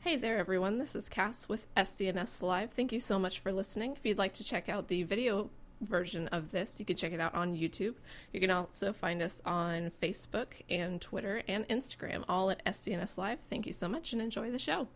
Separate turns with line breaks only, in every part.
Hey there, everyone. This is Cass with SCNS Live. Thank you so much for listening. If you'd like to check out the video version of this, you can check it out on YouTube. You can also find us on Facebook and Twitter and Instagram, all at SCNS Live. Thank you so much and enjoy the show.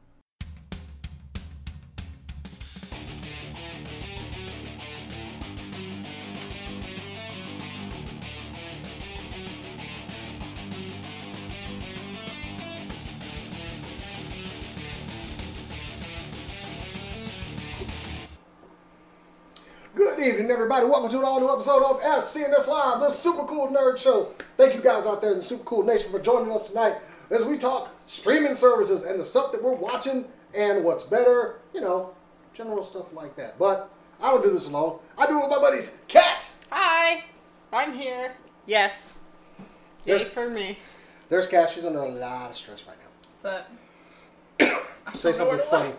Good evening, everybody. Welcome to an all new episode of SCNS Live, the Super Cool Nerd Show. Thank you guys out there in the Super Cool Nation for joining us tonight as we talk streaming services and the stuff that we're watching and what's better, you know, general stuff like that. But I don't do this alone. I do it with my buddies, Cat.
Hi, I'm here. Yes. Yay
There's-
for me.
There's Cat. She's under a lot of stress right now.
What's up?
Say something funny.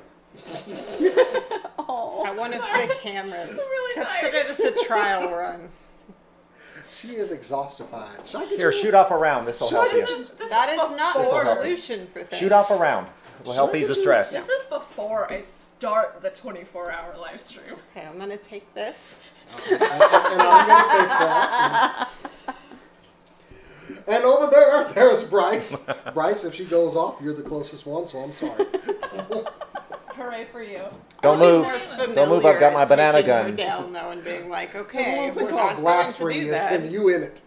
I wanted the cameras.
really
Consider this a trial run.
She is exhaustified. Should I get
Here,
you a-
shoot off a round. This will
Shoot
help you.
This is, this
That
is
is not
before-
the
This is
solution for things.
Shoot off a round. Will help
Shoot
ease the
it.
stress.
This is before I start the 24 hour live stream.
Okay, I'm gonna take this.
and, and I'm gonna take that. And over there, there's Bryce. Bryce, if she goes off, you're the closest one, so I'm sorry.
Hooray for you.
I'll be
Don't move.
more
Don't
familiar
move, I've got my
at
banana
taking her
gun.
down though and being like, okay,
There's
we're
nothing
not
called
going to do
blasphemous,
that.
and you in it.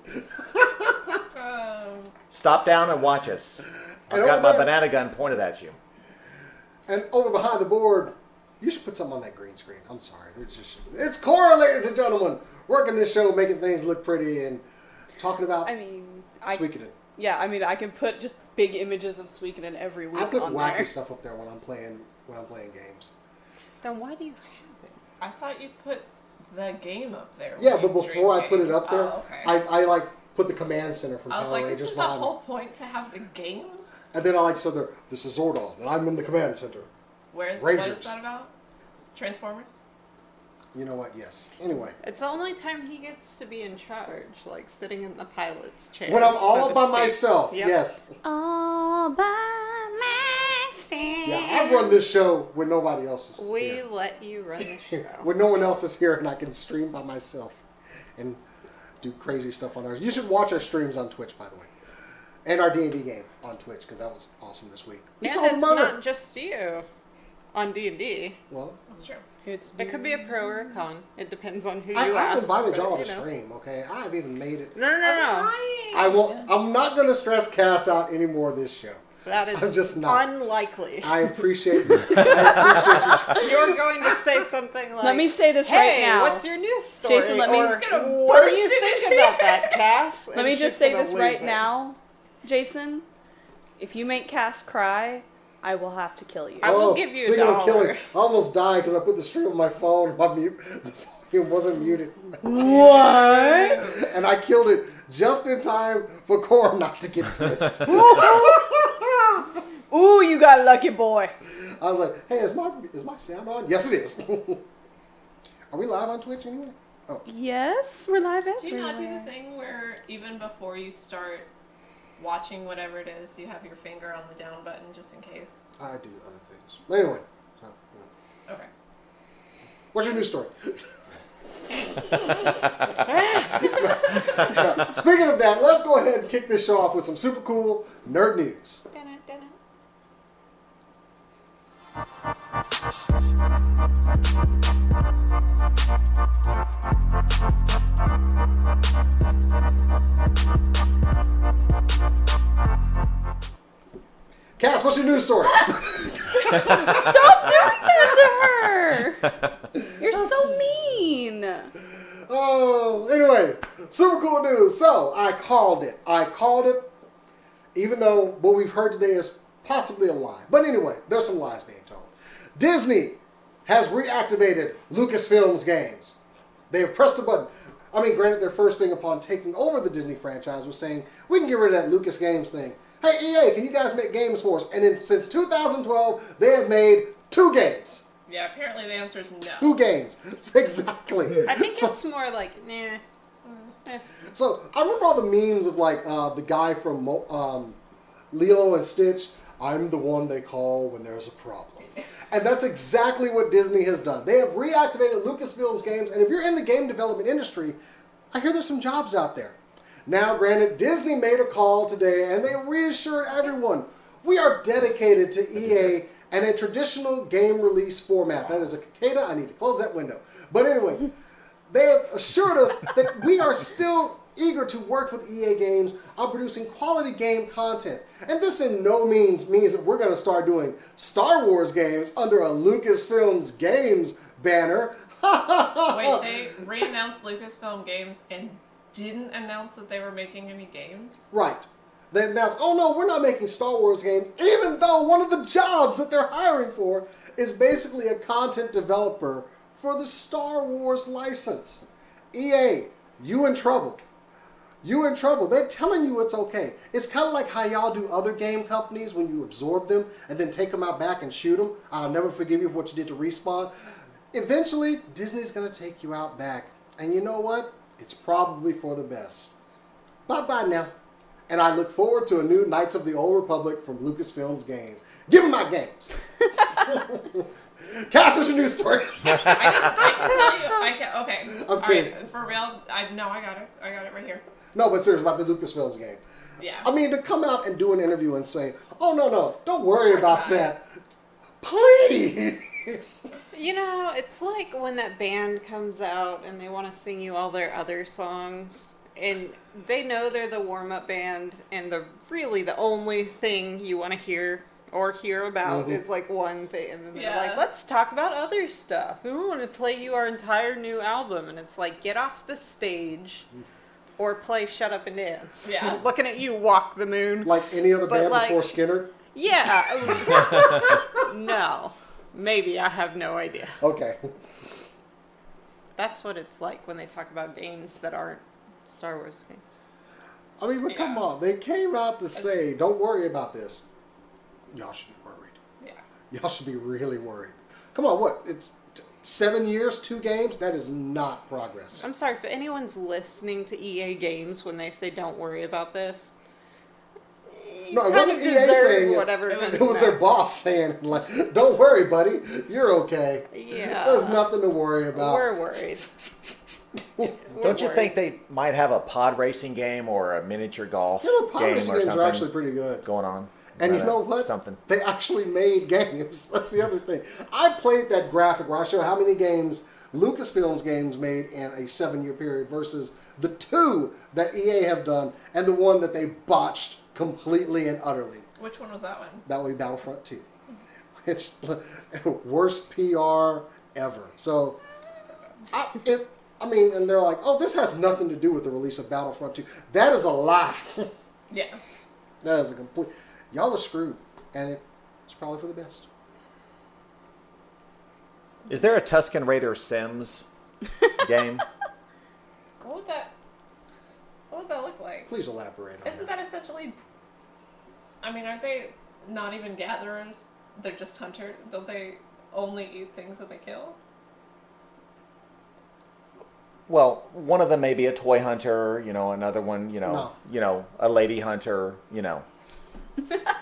Um,
Stop down and watch us.
And
I've got
over
my
there-
banana gun pointed at you.
And over behind the board, you should put something on that green screen. I'm sorry, there's just it's Cora, ladies and gentlemen, working this show, making things look pretty, and talking about
I mean, I
Suikoden.
yeah, I mean, I can put just big images of Suikoden every week
I put
on
wacky
there.
stuff up there when I'm playing when I'm playing games.
Then why do you have it?
I thought you put the game up there.
Yeah,
when
but
you stream
before I put
game.
it up there,
Oh, okay. I,
I, I like put the command center from
was
Power
like,
Rangers
isn't the
behind. me.
whole point to have the game?
And then I like so there. This is Zordon, and I'm in the command center.
Where's what
Rangers.
is that about? Transformers?
You know what? Yes. Anyway,
It's the only time he gets to be in charge, like sitting in the pilot's chair.
when I'm
so
all
to
by
speak.
myself,
Yep.
yes.
All by myself.
Yeah, I run this show when nobody else is
We
here.
let you run the show.
When no one else is here, and I can stream by myself, and do crazy stuff on ours. You should watch our streams on Twitch, by the way, and our D and D game on Twitch because that was awesome this week. We
and
solved
it's
murder.
not just you on D and D.
well,
That's true.
It's
It could be a pro or a con. It depends on who you
I, I've
ask.
invited
but,
y'all to
you know.
stream. Okay, I've even made it.
No, no, no, no.
I won't. I'm not going to stress Cass out anymore this show.
That is
I'm just not.
unlikely.
I appreciate. I appreciate you
You're going to say something like,
Let me say this right
"Hey,
now.
what's your news story?"
Jason, let me-
Or,
He's
gonna
what do
burst
you
in his
think about that, Cass?
Let me just say this right now, Jason. If you make Cass cry, I will have to kill you.
I will give you a
Oh, Speaking of killing,
dollar.
I almost died because I put the stream on my phone. My mute, the volume wasn't muted,
What?
and I killed it just in time for Cora not to get pissed. I
Ooh, you got lucky, boy.
was like, "Hey, is my is my sound on? Yes, it is. Are we live on Twitch anyway? Oh,
Yes, we're live everywhere.
Do you not do the thing where even before you start watching whatever it is, you have your finger on the down button just in case?
I do other things. But anyway, so, yeah.
Okay.
what's your news story? Speaking of that, let's go ahead and kick this show off with some super cool nerd news. Cass, what's your news story?
Stop doing that to her. You're so mean.
Oh, anyway, super cool news. So I called it. I called it, even though what we've heard today is possibly a lie. But anyway, there's some lies being told. Disney has reactivated Lucasfilm's games. They have pressed a button. I mean, granted, their first thing upon taking over the Disney franchise was saying, we can get rid of that Lucas Games thing. Hey, EA, can you guys make games for us? And then since 2012, they have made two games.
Yeah, apparently the answer is no.
Two games. Exactly.
I think
So-
it's more like, nah.
So I remember all the memes of like uh, the guy from Mo- um, Lilo and Stitch. I'm the one they call when there's a problem. And that's exactly what Disney has done. They have reactivated Lucasfilm's games, and if you're in the game development industry, I hear there's some jobs out there. Now, granted, Disney made a call today and they reassured everyone we are dedicated to EA and a traditional game release format. That is a cicada. I need to close that window. But anyway, they have assured us that we are still eager to work with EA Games on producing quality game content. And this in no means means that we're going to start doing Star Wars games under a Lucasfilms Games banner.
Wait, they re-announced Lucasfilm Games and didn't announce that they were making any games.
Right. They announced, oh no, we're not making Star Wars games, even though one of the jobs that they're hiring for is basically a content developer for the Star Wars license. EA, you in trouble. You in trouble. They're telling you it's okay. It's kind of like how y'all do other game companies when you absorb them and then take them out back and shoot them. I'll never forgive you for what you did to Respawn. Eventually, Disney's going to take you out back. And you know what? It's probably for the best. Bye bye now. And I look forward to a new Knights of the Old Republic from Lucasfilms Games. Give me my games. Cass, what's your news story?
I can, I can tell you. I can. Okay. All
kidding.
right. For real. I no. I got it. I got it right here.
no, but seriously, about the Lucasfilms game.
Yeah.
I mean, to come out and do an interview and say, oh, no, no, don't worry
Of course
about
not.
that. Please.
You know, it's like when that band comes out and they want to sing you all their other songs, and they know they're the warm up band, and the really the only thing you want to hear or hear about
Mhm.
is like one thing, and then they're
Yeah.
like, "Let's talk about other stuff. We want to play you our entire new album," and it's like, "Get off the stage." Or play Shut Up and Dance.
Yeah.
Looking at you, Walk the Moon.
Like any other
But
band
like-
before Skinner?
Yeah. no. Maybe. I have no idea.
Okay.
That's what it's like when they talk about games that aren't Star Wars games.
I mean, but come
Yeah.
on. They came out to say, don't worry about this. Y'all should be worried.
Yeah.
Y'all should be really worried. Come on, what? It's t- seven years, two games? That is not progress.
I'm sorry if anyone's listening to EA games when they say don't worry about this. you
No, it
kind
wasn't
of
EA
deserve
saying it.
whatever.
It was-
It was their boss saying, like, don't worry, buddy. You're okay.
Yeah.
There's nothing to worry about.
We're worried.
you
We're
Don't you
worried.
think they might have a pod racing game or a miniature golf
know, pod
game
racing
or
games
something
are actually pretty good.
going on?
And you
Uh,
know what?
Something.
They actually made games. That's the other thing. I played that graphic where I showed how many games Lucasfilms games made in a seven year period versus the two that EA have done and the one that they botched completely and utterly.
Which one was that one?
That would be Battlefront 2, which worst PR ever. So, I, if I mean, and they're like, oh, this has nothing to do with the release of Battlefront 2. That is a lie.
Yeah.
that is a complete. Y'all are screwed, and it, it's probably for the best.
Is there a Tuscan Raider Sims game?
What would that? What would that look like?
Please elaborate on
Isn't
that.
that essentially? I mean, aren't they not even gatherers? They're just hunters. Don't they only eat things that they kill?
Well, one of them may be a toy hunter, you know, another one, you know,
No.
you know, a lady hunter, you know.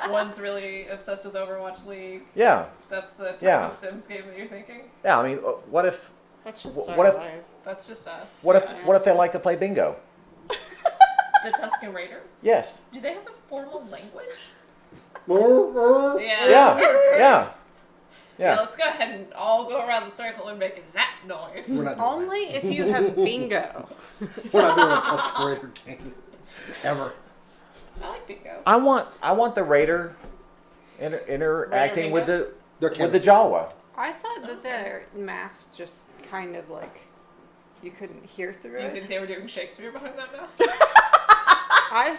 One's really obsessed with Overwatch League.
Yeah.
That's the type
Yeah.
of Sims game that you're thinking.
Yeah, I mean, uh, what if
That's just
Wh-
our
what if-
life.
That's just us.
what if
Yeah.
what if they like to play bingo?
the Tuscan Raiders?
Yes.
Do they have a formal language?
Yeah.
Yeah.
Yeah. Yeah.
Now
Yeah.
let's go ahead and all go around the circle and make that noise.
We're not doing
Only if you have bingo.
that. We're not doing a Tusken Raider game ever.
I like bingo.
I want I want the raider inter- interacting with the
There
with
can't
the
be.
Jawa.
I thought that their mask just kind of like you couldn't hear through
You
it.
think they were doing Shakespeare behind that mask?
I've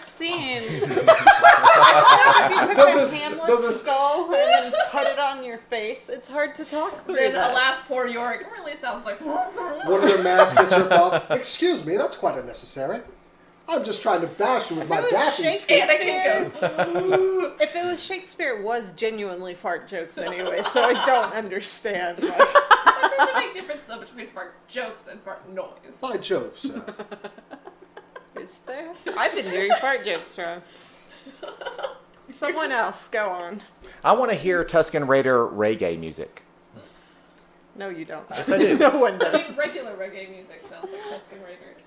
seen. I said if you took
Does
a
this-
Hamlet
does this-
skull and then put it on your face, it's hard to talk through
then
that.
alas, poor Yorick really sounds like.
One of their masks gets ripped off. Excuse me, that's quite unnecessary. I'm just trying to bash you with my
That was
daffy
Shakespeare.
stick.
Anakin goes.
if it was Shakespeare, it was genuinely fart jokes anyway, so I don't understand.
But
Like,
there's a big difference though between fart jokes and fart noise.
By Jove, sir.
is there? I've been doing fart jokes wrong. Someone else, go on.
I want to hear Tuscan Raider reggae music.
No, you don't.
I do.
no one
I
does.
mean, regular reggae music sounds like Tuscan Raiders.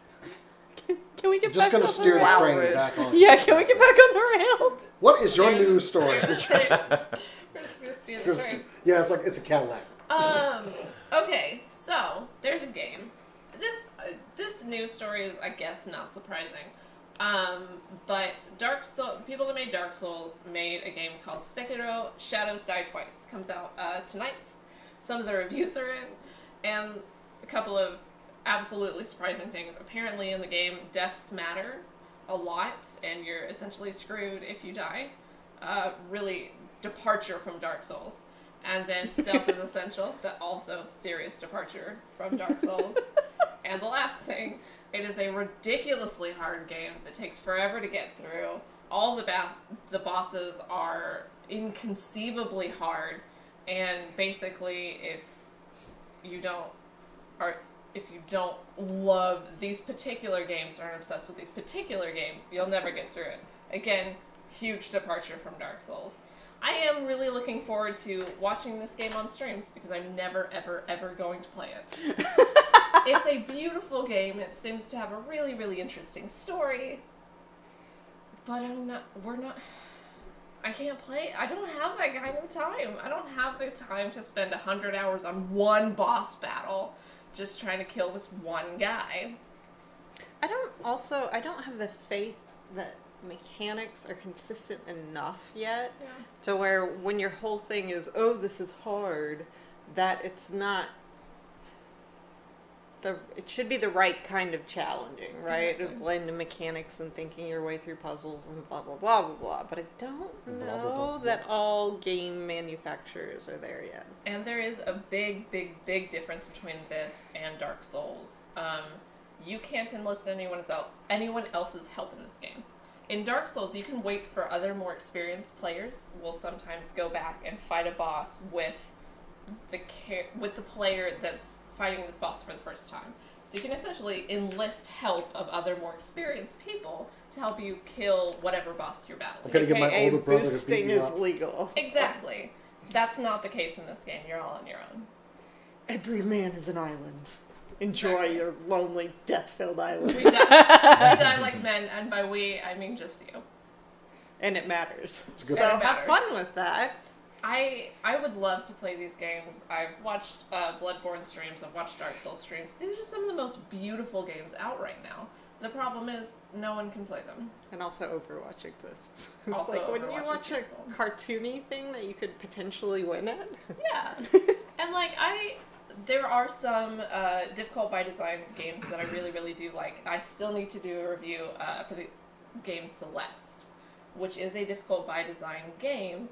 Can we get
Just
back
gonna
on
steer
the
the
rails?
train
Rude.
back on.
Yeah, can we get back on the rails?
What is your news story?
We're just gonna steal the
Sister.
train.
Yeah, it's like it's a Cadillac.
Um. Okay, so there's a game. This uh, this news story is, I guess, not surprising. Um, but Dark Souls, the people that made Dark Souls made a game called Sekiro: Shadows Die Twice. Comes out uh, tonight. Some of the reviews are in, and a couple of absolutely surprising things. Apparently, in the game, deaths matter a lot, and you're essentially screwed if you die. Uh, really, departure from Dark Souls. And then stealth is essential, but also serious departure from Dark Souls. and the last thing, it is a ridiculously hard game that takes forever to get through. All the, bas- the bosses are inconceivably hard, and basically, if you don't are if you don't love these particular games or are obsessed with these particular games, you'll never get through it. Again, huge departure from Dark Souls. I am really looking forward to watching this game on streams because I'm never, ever, ever going to play it. it's a beautiful game. It seems to have a really, really interesting story. But I'm not. We're not. I can't play. I don't have that kind of time. I don't have the time to spend 100 hours on one boss battle just trying to kill this one guy.
I don't also I don't have the faith that mechanics are consistent enough yet to where when your whole thing is oh this is hard that it's not the it should be the right kind of challenging, right?
Exactly.
A blend of mechanics and thinking your way through puzzles and blah blah blah blah blah. But I don't know
Blah, blah, blah, blah.
that all game manufacturers are there yet.
And there is a big, big, big difference between this and Dark Souls. Um, you can't enlist anyone else, anyone else's help in this game. In Dark Souls, you can wait for other more experienced players. Will sometimes go back and fight a boss with the care with the player that's fighting this boss for the first time. So you can essentially enlist help of other more experienced people to help you kill whatever boss you're battling.
I'm gonna get my
AKA
older brother to beat
boosting
me
is
up.
legal.
Exactly. That's not the case in this game. You're all on your own.
Every man is an island. Enjoy your lonely, death-filled island.
We die, we die like men, and by we, I mean just you.
and it matters.
It's a good
so
point.
have fun with that.
I I would love to play these games. I've watched uh, Bloodborne streams. I've watched Dark Souls streams. These are just some of the most beautiful games out right now. The problem is no one can play them.
And also Overwatch exists. It's
Also
like wouldn't you
Overwatch
watch
is cool.
a cartoony thing that you could potentially win at?
Yeah. and like I there are some uh, difficult by design games that I really really do like. I still need to do a review uh, for the game Celeste, which is a difficult by design game.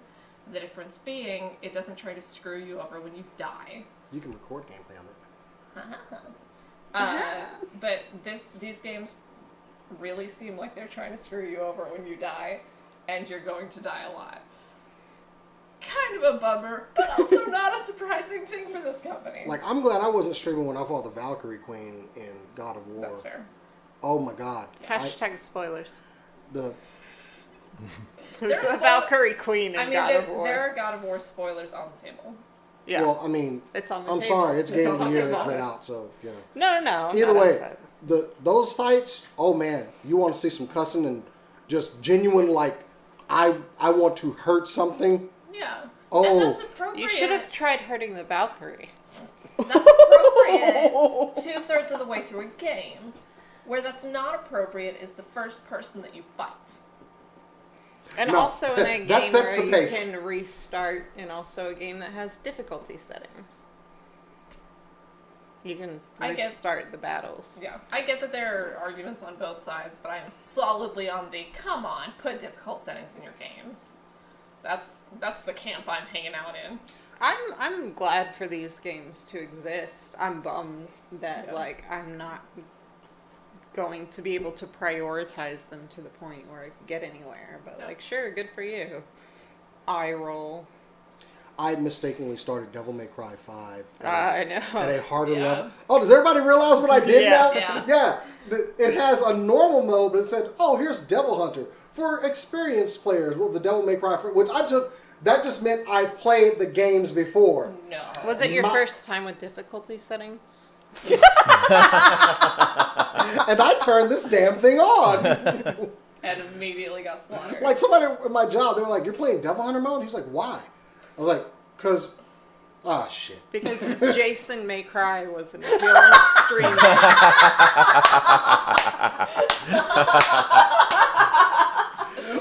The difference being it doesn't try to screw you over when you die.
You can record gameplay on it.
Uh, but this these games really seem like they're trying to screw you over when you die, and you're going to die a lot. Kind of a bummer, but also not a surprising thing for this company.
Like I'm glad I wasn't streaming when I fought the Valkyrie Queen in God of War.
That's fair.
Oh my God. I,
Hashtag spoilers.
the
There's
There's
a
spoil-
Valkyrie Queen in
I mean,
God
there,
of War.
there are God of War spoilers on the table.
yeah,
well, I mean,
it's on the
I'm
table.
sorry, it's game
on
of the
the
year.
table.
It's been out, so you know.
No, no, no.
Either
not
way,
upset.
the those fights, oh man, you want to see some cussing and just genuine like I I want to hurt something.
Yeah.
Oh.
and that's appropriate.
you should have tried hurting the Valkyrie.
That's appropriate two thirds of the way through a game. Where that's not appropriate is the first person that you fight.
And
No.
also in a game
That sets
where
the
you
pace.
can restart, and also a game that has difficulty settings. You can
I guess-
restart the battles.
Yeah, I get that there are arguments on both sides, but I am solidly on the come on, put difficult settings in your games. That's that's the camp I'm hanging out in.
I'm I'm glad for these games to exist. I'm bummed that
Yeah.
like I'm not going to be able to prioritize them to the point where I could get anywhere. But
Yeah.
like, sure, good for you. Eye roll.
I mistakenly started Devil May Cry Five at, a-
I
at a
know.
harder
Yeah.
level. Oh, does everybody realize what I did
Yeah.
now?
Yeah.
The- it has a normal mode, but it said, "Oh, here's Devil Hunter." for experienced players. Well, the Devil May Cry, which I took, that just meant I've played the games before.
No.
Was it your
My-
first time with difficulty settings?
and I turned this damn thing on.
And immediately got slaughtered.
like somebody at my job, they were like, "You're playing Devil Hunter mode." He was like, "Why?" I was like, "Cause, ah, shit."
Because Jason May Cry was an adorable stream.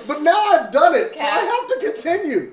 But now I've done it, so
Cap.
I have to continue.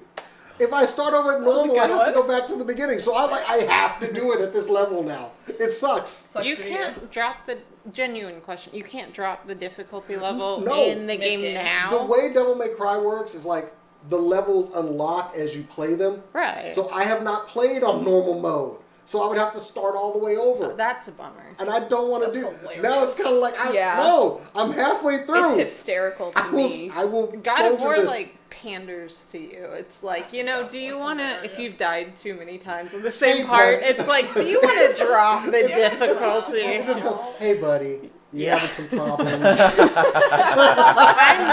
If I start over at normal, I have to go back to the beginning. So I like I have to do it at this level now. It sucks.
Sucks
You
to be you.
can't drop the genuine question. You can't drop the difficulty level
No.
in the game
Mid-game.
now.
The way Devil May Cry works is like the levels unlock as you play them.
right.
So I have not played on normal mode, so I would have to start all the way over.
That's a bummer.
and I don't want to
That's
do.
hilarious.
Now it's kind of like I
Yeah.
no, I'm halfway through.
It's hysterical to
I will.
me.
I will.
God
soldier
of War
this.
like panders to you. It's like you know, do you
Awesome
want to?
there,
If
yeah.
you've died too many times in the
Hey,
same part,
bud.
it's like, do you want to drop the difficulty?
I just go, hey buddy, you having some problems?
I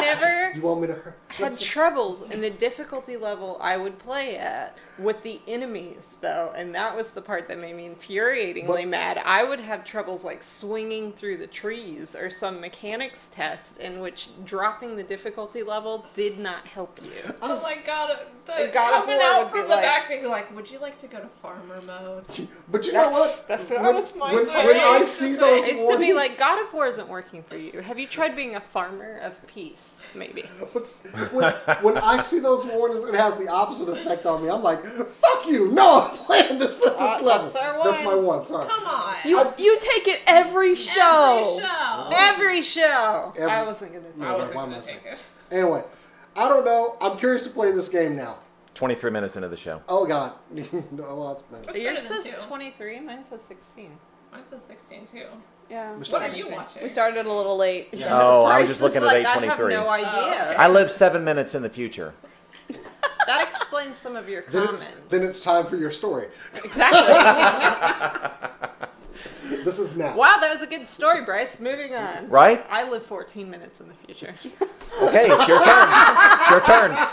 never
you want me to hurt?
had troubles in the difficulty level I would play at with the enemies, though, and that was the part that made me infuriatingly
But-
mad. I would have troubles like swinging through the trees or some mechanics test in which dropping the difficulty level did not help you.
Oh my god, the
And God of
coming
War
out
would be
from the
like-
back being like, would you like to go to farmer mode?
But you know
That's-
what?
that's what
when,
was my
when,
thought.
when I
It's
see
just
those
It used to be
warnings-
like God of War isn't working for you. Have you tried being a farmer of peace? Maybe.
But when, when I see those warnings, it has the opposite effect on me. I'm like, fuck you! No, I'm playing this this
Uh,
level.
that's our
my
one.
one. Sorry.
Come on.
you you take it every show.
Every show.
Every show.
Every-
I wasn't gonna. do
I
that.
wasn't
why
gonna
must I?
take it.
Anyway, I don't know. I'm curious to play this game now.
23 minutes into the show.
Oh god. no, well, that's-
That's
Yours
better than
says
two.
23, mine says 16.
Mine's a 16 too.
Yeah.
Mr.
What are you
Okay.
watching?
We started a little late. so-
Oh, I was
Price
just
is
looking at Oh,
like,
823.
I have no idea.
okay.
I live seven minutes in the future.
That explains some of your
Then
comments.
it's, then it's time for your story.
exactly.
This is now.
wow, that was a good story, Bryce. Moving on.
Right?
I live 14 minutes in the future.
Okay, it's your turn. It's your turn.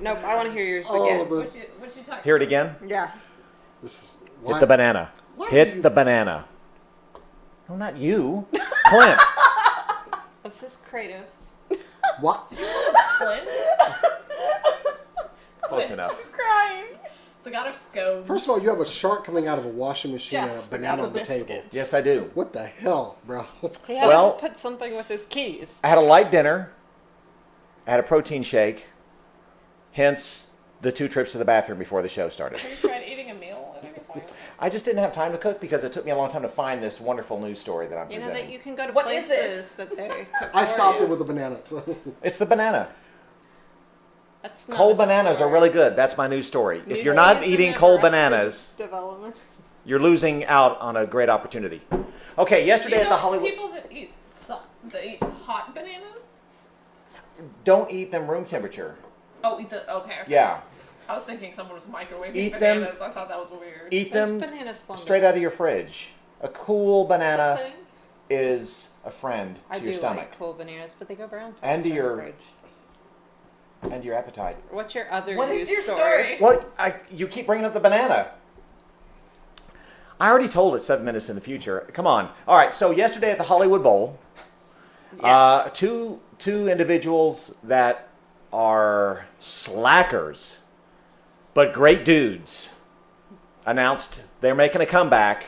Nope, I want to hear yours
Oh,
again.
the,
What you, what you talking
Hear it again.
Yeah.
this is
Hit the banana.
Why do
Hit
you-
the banana. No, not you. Clint.
Is this Kratos?
What?
Flint?
Close enough.
Crying.
The god of scone.
First of all, you have a shark coming out of a washing machine
Jeff,
and a banana on the
biscuits.
table.
Yes, I do.
What the hell, bro?
He had
Well-
to put something with his keys.
I had a light dinner. I had a protein shake. Hence the two trips to the bathroom before the show started.
Have you tried eating a meal at any point?
I just didn't have time to cook because it took me a long time to find this wonderful news story that I'm
You know
presenting.
that you can go to
What is
places that they. cook
I
for
stopped
you.
it with a banana. So.
It's the banana.
That's not
Cold
a
bananas
story.
are really good. That's my news story.
New
if you're not
season
eating
of
cold
Arrested
bananas,
Development.
you're losing out on a great opportunity. Okay, yesterday
You
at
know
the Hollywood.
People that eat, so- that eat hot bananas?
Don't eat them room temperature.
Oh, eat the. Okay. okay.
Yeah.
I was thinking someone was microwaving
Eat them.
bananas. I thought that was weird.
Eat
Those
them
bananas flounder.
straight out of your fridge. A cool banana
Thing.
is a friend to
I
your
do
stomach
like cold bananas, but they go brown fast.
And
in the
your-
fridge.
and your appetite.
What's your other
What
news
is your story?
story?
Well, I, you keep bringing up the banana. I already told it seven minutes in the future. Come on. All right. So yesterday at the Hollywood Bowl, uh,
Yes.
two two individuals that are slackers, but great dudes, announced they're making a comeback,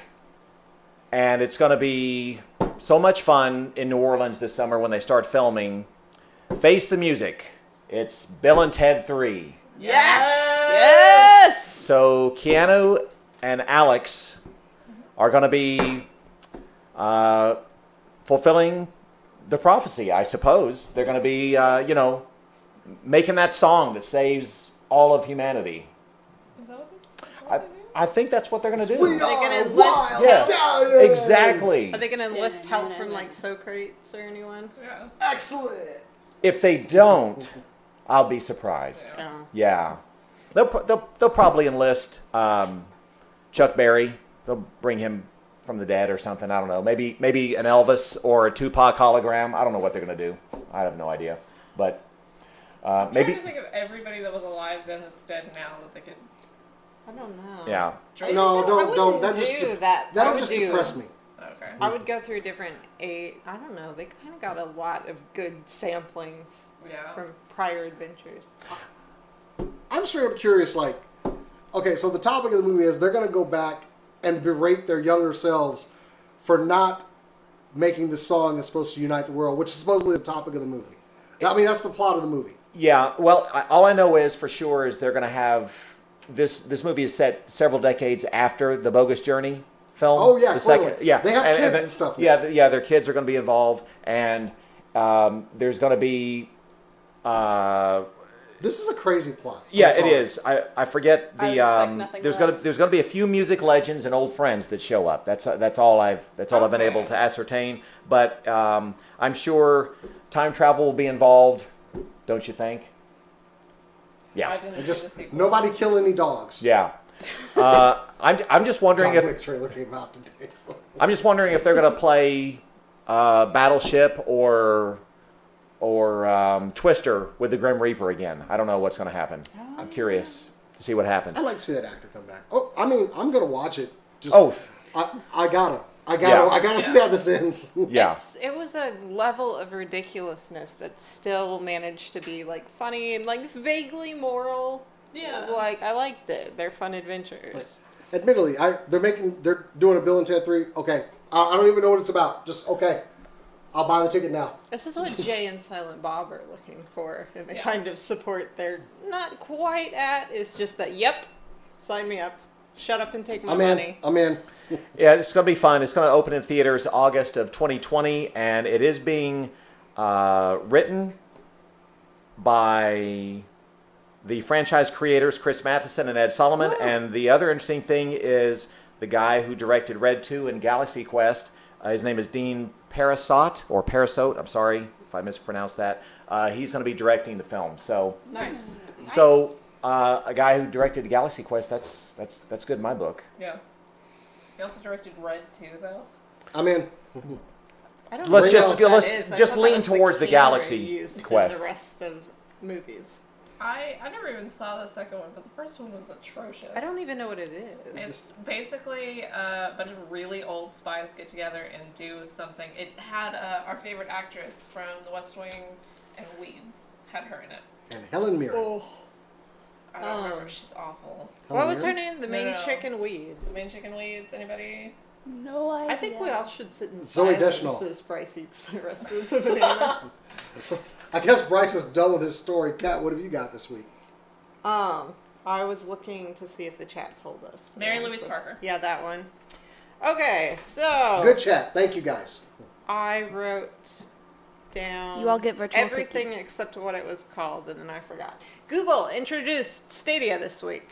and it's going to be so much fun in New Orleans this summer when they start filming. Face the music. It's Bill and Ted Three.
Yes!
So Keanu and Alex are going to be uh, fulfilling the prophecy, I suppose. They're going to be, uh, you know, making that song that saves all of humanity.
Is that what they- is that
I,
what they do?
I think that's what they're going to
We
do.
are
gonna
wild
list-
stallions.
Exactly.
Are they going to enlist help from like Socrates or anyone?
Yeah.
Excellent.
If they don't, I'll be surprised.
No.
Yeah, they'll pro- they'll, they'll probably enlist um, Chuck Berry. They'll bring him from the dead or something. I don't know. Maybe maybe an Elvis or a Tupac hologram. I don't know what they're gonna do. I have no idea. But uh,
I'm
maybe
trying to think of everybody that was alive then that's dead now that they could.
I don't know.
yeah.
I
No, don't
wouldn't- I
don't.
wouldn't
That just
do
de-
that. I
that'll
would
just
do-
depress me.
Okay.
I would go through different eight. I don't know. They kind of got a lot of good samplings
Yeah.
from prior adventures.
I'm straight up curious. Like, okay, so the topic of the movie is they're gonna go back and berate their younger selves for not making the song that's supposed to unite the world, which is supposedly the topic of the movie. I mean, that's the plot of the movie.
Yeah, well, I, all I know is for sure is they're going to have this. This movie is set several decades after the Bogus Journey film.
Oh, yeah,
the
clearly.
yeah,
They have kids
then-
and stuff now.
Yeah, th- yeah, their kids are going to be involved, and um, there's going to be. Uh,
This is a crazy plot. I'm
yeah, it
sorry.
is. I, I forget
I would
the
expect
um,
nothing
there's gonna
less.
there's gonna be a few music legends and old friends that show up. That's uh, that's all I've that's all I've been
Okay.
able to ascertain. But um, I'm sure time travel will be involved, don't you think? Yeah.
I didn't
And
see the
just
sequel.
nobody kill any dogs.
Yeah. Uh, I'm, I'm just wondering
John
if
Wick trailer came out today. So.
I'm just wondering if they're gonna play uh, Battleship or or um, Twister with the Grim Reaper again. I don't know what's gonna happen. I'm curious to see what happens.
I'd like to see that actor come back. Oh, I mean, I'm gonna watch it. Just
Oh, f-
I, I gotta, I gotta,
Yeah.
I gotta see how this ends.
yeah,
It's- It was a level of ridiculousness that still managed to be like funny and like vaguely moral.
Yeah.
Like I liked it. They're fun adventures.
Admittedly, I they're making they're doing a Bill and Ted three. Okay, I, I don't even know what it's about. Just okay, I'll buy the ticket now.
This is what Jay and Silent Bob are looking for, and the
Yeah.
kind of support they're not quite at. It's just that, yep, sign me up. Shut up and take my
I'm in.
money.
I'm in.
yeah, it's gonna be fun. It's gonna open in theaters August of 2020, and it is being uh, written by the franchise creators Chris Matheson and Ed Solomon. And the other interesting thing is the guy who directed Red 2 and Galaxy Quest. Uh, his name is Dean Parasot, or Parasot. I'm sorry if I mispronounced that. Uh, he's going to be directing the film. So
Nice.
so. Uh, a guy who directed Galaxy Quest, that's that's that's good in my book.
Yeah. He also directed Red too, though.
I'm in.
I don't
Let's
know
just-
what that
let's
is. I
just
thought that
lean
was
towards the
key
Galaxy
word used in
Quest.
The rest of movies.
I I never even saw the second one, but the first one was atrocious.
I don't even know what it is.
It's basically uh, a bunch of really old spies get together and do something. It had uh, our favorite actress from The West Wing and Weeds had her in it.
And Helen Mirren.
Oh.
I don't
Oh.
remember. She's awful.
Helen
What was her
Mirren?
name? The
No,
main
no.
chick in Weeds.
Main chicken Weeds. Anybody?
No idea.
I think we all should sit in
Zooey
silence
Deschanel.
as Bryce eats the rest of the banana.
I guess Bryce is done with his story. Kat, what have you got this week?
Um, I was looking to see if the chat told us.
Mary
Yeah,
Louise
so-
Parker.
Yeah, that one. Okay, so
Good chat. Thank you guys.
I wrote down.
You all get virtual
everything
cookies.
except what it was called, and then I forgot. Google introduced Stadia this week.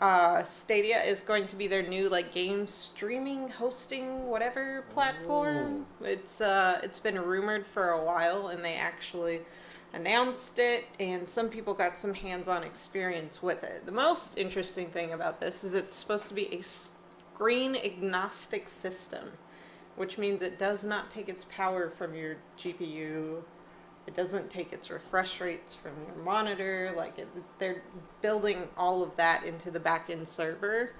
Uh, Stadia is going to be their new like game streaming, hosting, whatever platform. It's uh, it's been rumored for a while, and they actually announced it, and some people got some hands-on experience with it. The most interesting thing about this is it's supposed to be a screen agnostic system which means it does not take its power from your GPU. It doesn't take its refresh rates from your monitor. Like it, they're building all of that into the backend server.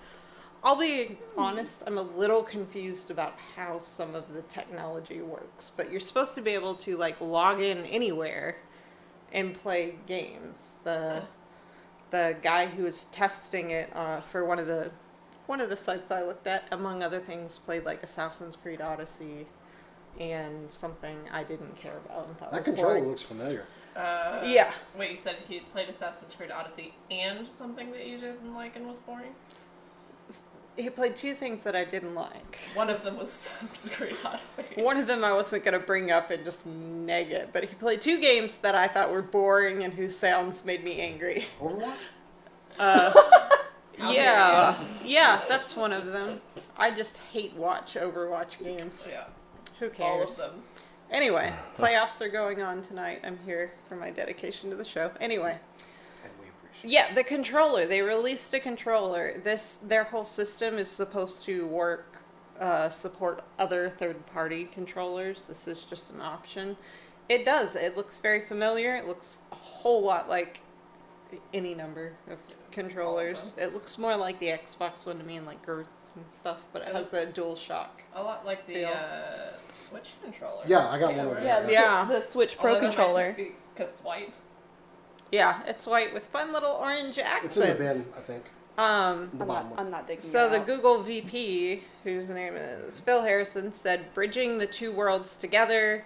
I'll be honest, I'm a little confused about how some of the technology works, but you're supposed to be able to like log in anywhere and play games. The the guy who was testing it uh, for one of the one of the sites I looked at, among other things, played like Assassin's Creed Odyssey and something I didn't care about. And thought
That
was
controller
boring.
looks familiar.
Uh,
yeah.
wait, you said he played Assassin's Creed Odyssey and something that you didn't like and was boring.
He played two things that I didn't like.
One of them was Assassin's Creed Odyssey.
One of them I wasn't going to bring up and just neg it, but he played two games that I thought were boring and whose sounds made me angry.
Overwatch?
How dare
yeah. Yeah, that's one of them. I just hate watch Overwatch games.
Yeah,
Who cares?
all of them.
Anyway, playoffs are going on tonight. I'm here for my dedication to the show. Anyway,
And we appreciate
yeah, the controller. They released a controller. This their whole system is supposed to work uh, support other third party controllers. This is just an option. It does. It looks very familiar. It looks a whole lot like any number of controllers.
Awesome.
It looks more like the Xbox one to me and like girth and stuff, but it,
It
has
looks-
that dual shock.
A lot like the
Feel.
uh, Switch controller.
Yeah, I got one over
right?
there.
Yeah, the,
Yeah.
the Switch Pro
Although that might
controller.
just be 'cause white.
Yeah, it's white with fun little orange accents.
It's in the bin, I think.
Um,
The
I'm not,
bottom one.
I'm not digging
so
it
the
out.
Google VP, whose name is Phil Harrison, said bridging the two worlds together,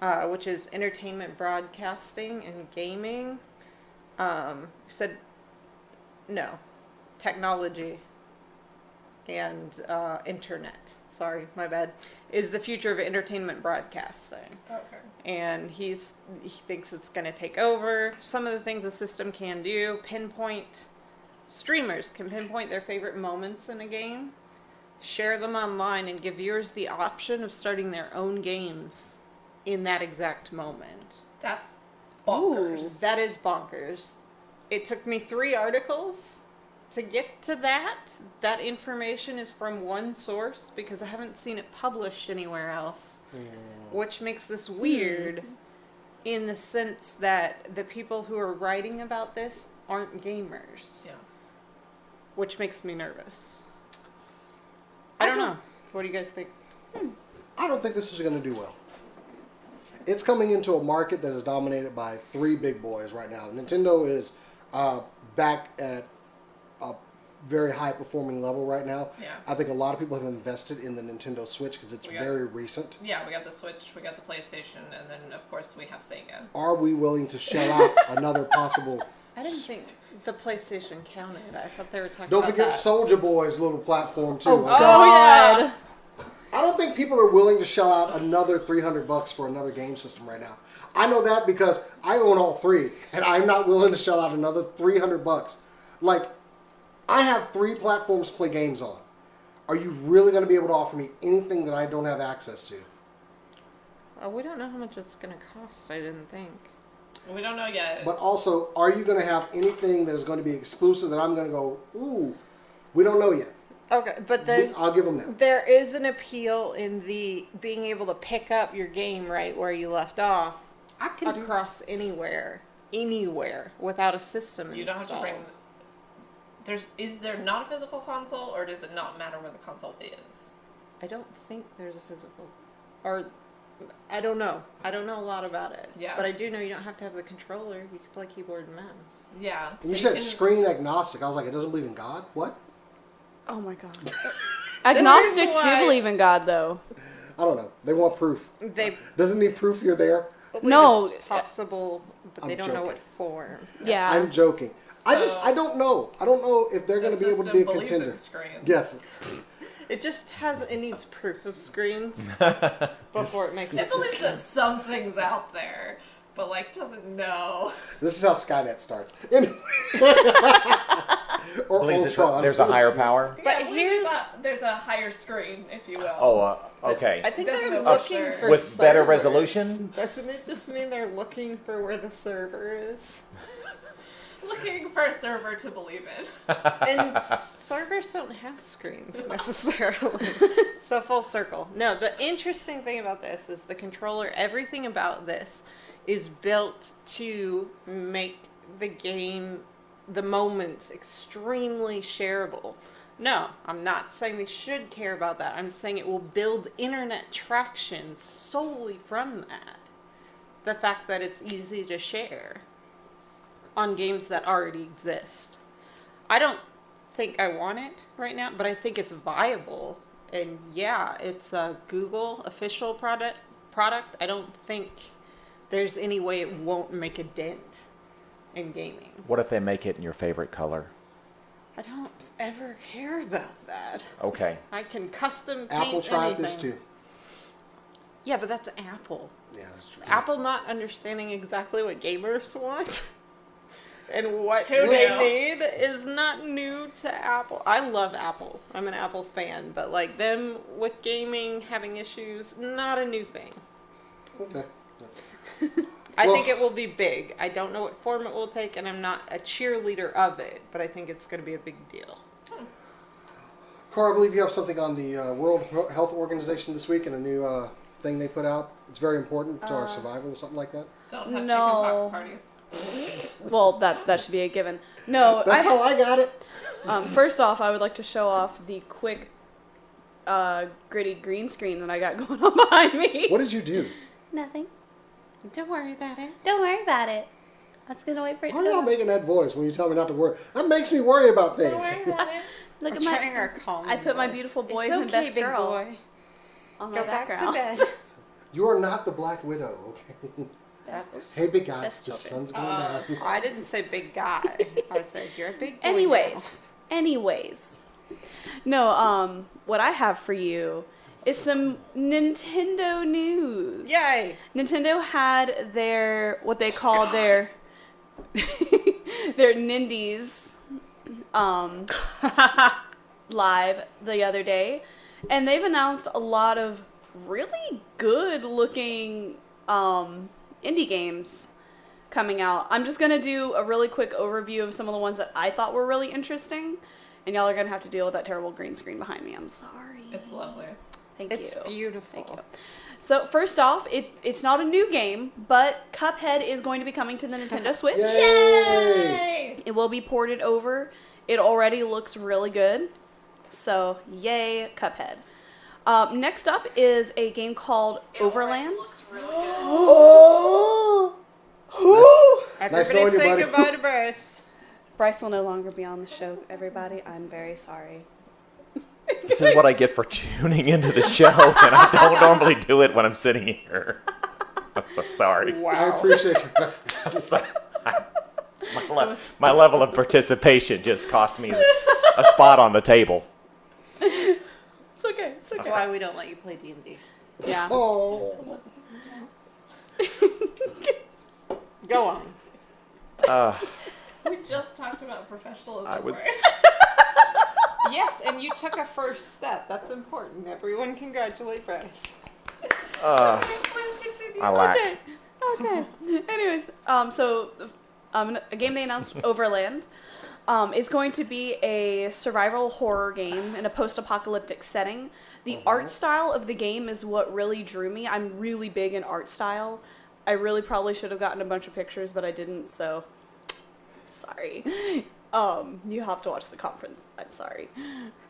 uh, which is entertainment broadcasting and gaming. Um, said no, technology and uh, internet. Sorry, my bad. Is the future of entertainment broadcasting
Okay.
and he's he thinks it's going to take over. Some of the things the system can do: pinpoint streamers can pinpoint their favorite moments in a game, share them online, and give viewers the option of starting their own games in that exact moment.
That's bonkers.
That is bonkers. It took me three articles to get to that. That information is from one source because I haven't seen it published anywhere else, which makes this weird in the sense that the people who are writing about this aren't gamers,
Yeah.
which makes me nervous. I don't know. What do you guys think?
I don't think this is going to do well. It's coming into a market that is dominated by three big boys right now. Nintendo is uh, back at a very high performing level right now.
Yeah.
I think a lot of people have invested in the Nintendo Switch because it's
We got-
very recent.
Yeah, we got the Switch, we got the PlayStation, and then of course we have Sega.
Are we willing to shell out another possible?
I didn't think the PlayStation counted. I thought they were talking
Don't
about
forget
that.
Soldier Boy's little platform too. okay?
Oh,
yeah.
God.
I don't think people are willing to shell out another 300 bucks for another game system right now. I know that because I own all three, and I'm not willing to shell out another 300 bucks. Like, I have three platforms to play games on. Are you really going to be able to offer me anything that I don't have access to?
Oh, we don't know how much it's going to cost. I didn't think.
We don't know yet.
But also, are you going to have anything that is going to be exclusive that I'm going to go, ooh, we don't know yet.
Okay, but
We-
there's
I'll give them that.
there is an appeal in the being able to pick up your game right where you left off
I can do
across anywhere, anywhere without a system.
you don't have to
installed.
bring. There's is there not a physical console, or does it not matter where the console is?
I don't think there's a physical, or I don't know. I don't know a lot about it.
Yeah.
but I do know you don't have to have the controller. You can play keyboard and mouse.
Yeah. so
And you said
can-
screen agnostic. I was like, it doesn't believe in God? What?
Oh my god. Agnostics do
why-
believe in God, though.
I don't know. They want proof.
They
Doesn't need proof you're there.
believe
No.
it's possible, but they
I'm
don't know what
joking.
form.
Yeah.
I'm joking. I just
So-
I don't know. I don't know if they're
the
going to be able to
system
be a
believes
contender.
in screens.
Yes,
It just has it needs proof of screens before it makes
It
it.
believes that something's out there, but like doesn't know.
this is how Skynet starts. Anyway. or
Believes it's a-
Ultron.
there's a higher power.
But
Yeah, it believes
here's-
that there's a higher screen, if you will.
Oh, uh, okay.
I think
Doesn't
they're
it
looking
look-
for
With better
servers.
resolution?
Doesn't it just mean they're looking for where the server is?
looking for a server to believe in.
And servers don't have screens necessarily. so full circle. No, the interesting thing about this is the controller. Everything about this is built to make the game, the moments, extremely shareable. No, I'm not saying they should care about that. I'm saying it will build internet traction solely from that. The fact that it's easy to share on games that already exist. I don't think I want it right now, but I think it's viable. And yeah, it's a Google official product. Product. I don't think there's any way it won't make a dent in gaming.
What if they make it in your favorite color?
I don't ever care about that.
Okay.
I can custom paint
Apple tried this
anything.
too.
Yeah, but that's Apple.
Yeah, that's true.
Apple not understanding exactly what gamers want and what
Who
they
knew?
need is not new to Apple. I love Apple. I'm an Apple fan, but like them with gaming having issues, not a new thing.
Okay.
I
Well-
think it will be big. I don't know what form it will take, and I'm not a cheerleader of it, but I think it's going to be a big deal.
Cora, I believe you have something on the uh, World Health Organization this week and a new uh, thing they put out? It's very important to
Uh,
our survival or something like that.
Don't have chicken pox
No.
parties.
Well, that that should be a given. No,
That's
I,
how I got it.
Um, first off, I would like to show off the quick, uh, gritty green screen that I got going on behind me.
What did you do?
Nothing.
Don't worry about it.
Don't worry about it. I was gonna wait for it
Why are
to
y'all
come.
making that voice when you tell me not to worry? That makes me worry about
Don't
things.
worry about it.
Look
We're
at my.
trying our calm.
I put my beautiful boys and best girl on my
Go back to
background.
bed.
You are not the Black Widow, okay?
That's-
hey, big guy, the
Best children.
sun's going
Uh,
down.
I didn't say big guy. I said you're a big. boy
Anyways,
now."
anyways, no. Um, what I have for you is some Nintendo news.
Yay!
Nintendo had their what they call their their Nindies um, live the other day, and they've announced a lot of really good looking um, indie games coming out. I'm just gonna do a really quick overview of some of the ones that I thought were really interesting, and y'all are gonna have to deal with that terrible green screen behind me. I'm sorry.
It's lovely.
Thank you.
It's beautiful.
Thank you. So first off, it it's not a new game, but Cuphead is going to be coming to the Nintendo Switch.
Yay!
Hey.
It will be ported over. It already looks really good. So yay, Cuphead. Um, next up is a game called Overland.
Oh! Nice
Everybody
knowing you,
say
buddy.
goodbye to Bryce.
Bryce will no longer be on the show, everybody. I'm very sorry.
This is what I get for tuning into the show, and I don't normally do it when I'm sitting here. I'm so sorry.
I
Wow.
appreciate your reference.
My, le- my level of participation just cost me a spot on the table.
It's okay. It's
That's why we don't let you play D and D.
Yeah.
Oh,
Go on.
Uh,
We just talked about professionalism.
I was-
first.
yes, and you took a first step. That's important. Everyone congratulate Bryce.
uh,
Please continue.
I lack.
okay. Okay. Anyways, um, so um, a game they announced, Overland, um, is going to be a survival horror game in a post-apocalyptic setting. The
Uh-huh.
art style of the game is what really drew me. I'm really big in art style. I really probably should have gotten a bunch of pictures, but I didn't. So sorry. Um, you have to watch the conference. I'm sorry.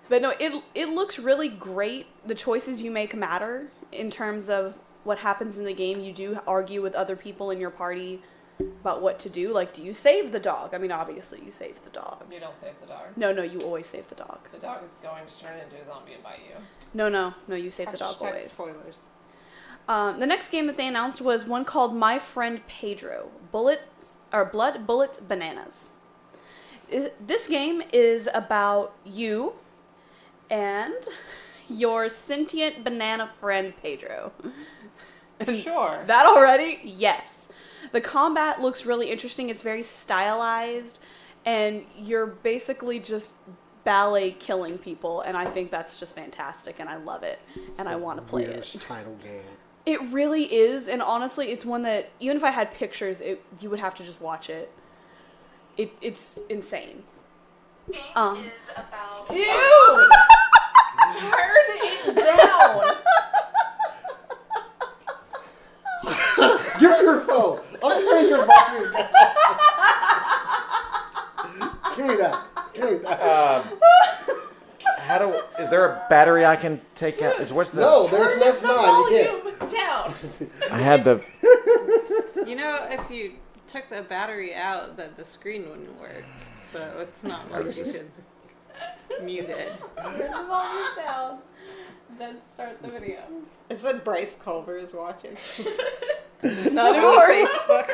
But no, it it looks really great. The choices you make matter in terms of what happens in the game. You do argue with other people in your party about what to do. Like, do you save the dog? I mean, obviously you save the dog.
You don't save the dog.
No, no, you always save the dog.
The dog is going to turn into a zombie and bite you.
No, no, no, you save the dog
Hashtag
always.
Spoilers.
Um, the next game that they announced was one called My Friend Pedro Bullets or Blood Bullets Bananas. I- This game is about you and your sentient banana friend Pedro.
Sure.
That already? Yes. The combat looks really interesting. It's very stylized, and you're basically just ballet killing people, and I think that's just fantastic, and I love it, and I want to play it.
weirdest title game.
It really is, and honestly, it's one that even if I had pictures, it you would have to just watch it. It it's insane. Um,
Dude! turn it down!
Give me your phone. I'm turning your volume down. Give me that. Give me that.
Um, how do? Is there a battery I can take out? Is where's the?
no, there's
Turn
less
the
nine. You can't.
volume down.
I had the.
You know, if you took the battery out, that the screen wouldn't work. So it's not like
was
you
just-
could mute it.
Turn the volume down. Then start the video.
It said Bryce Culver is watching.
Not anymore.
Facebook.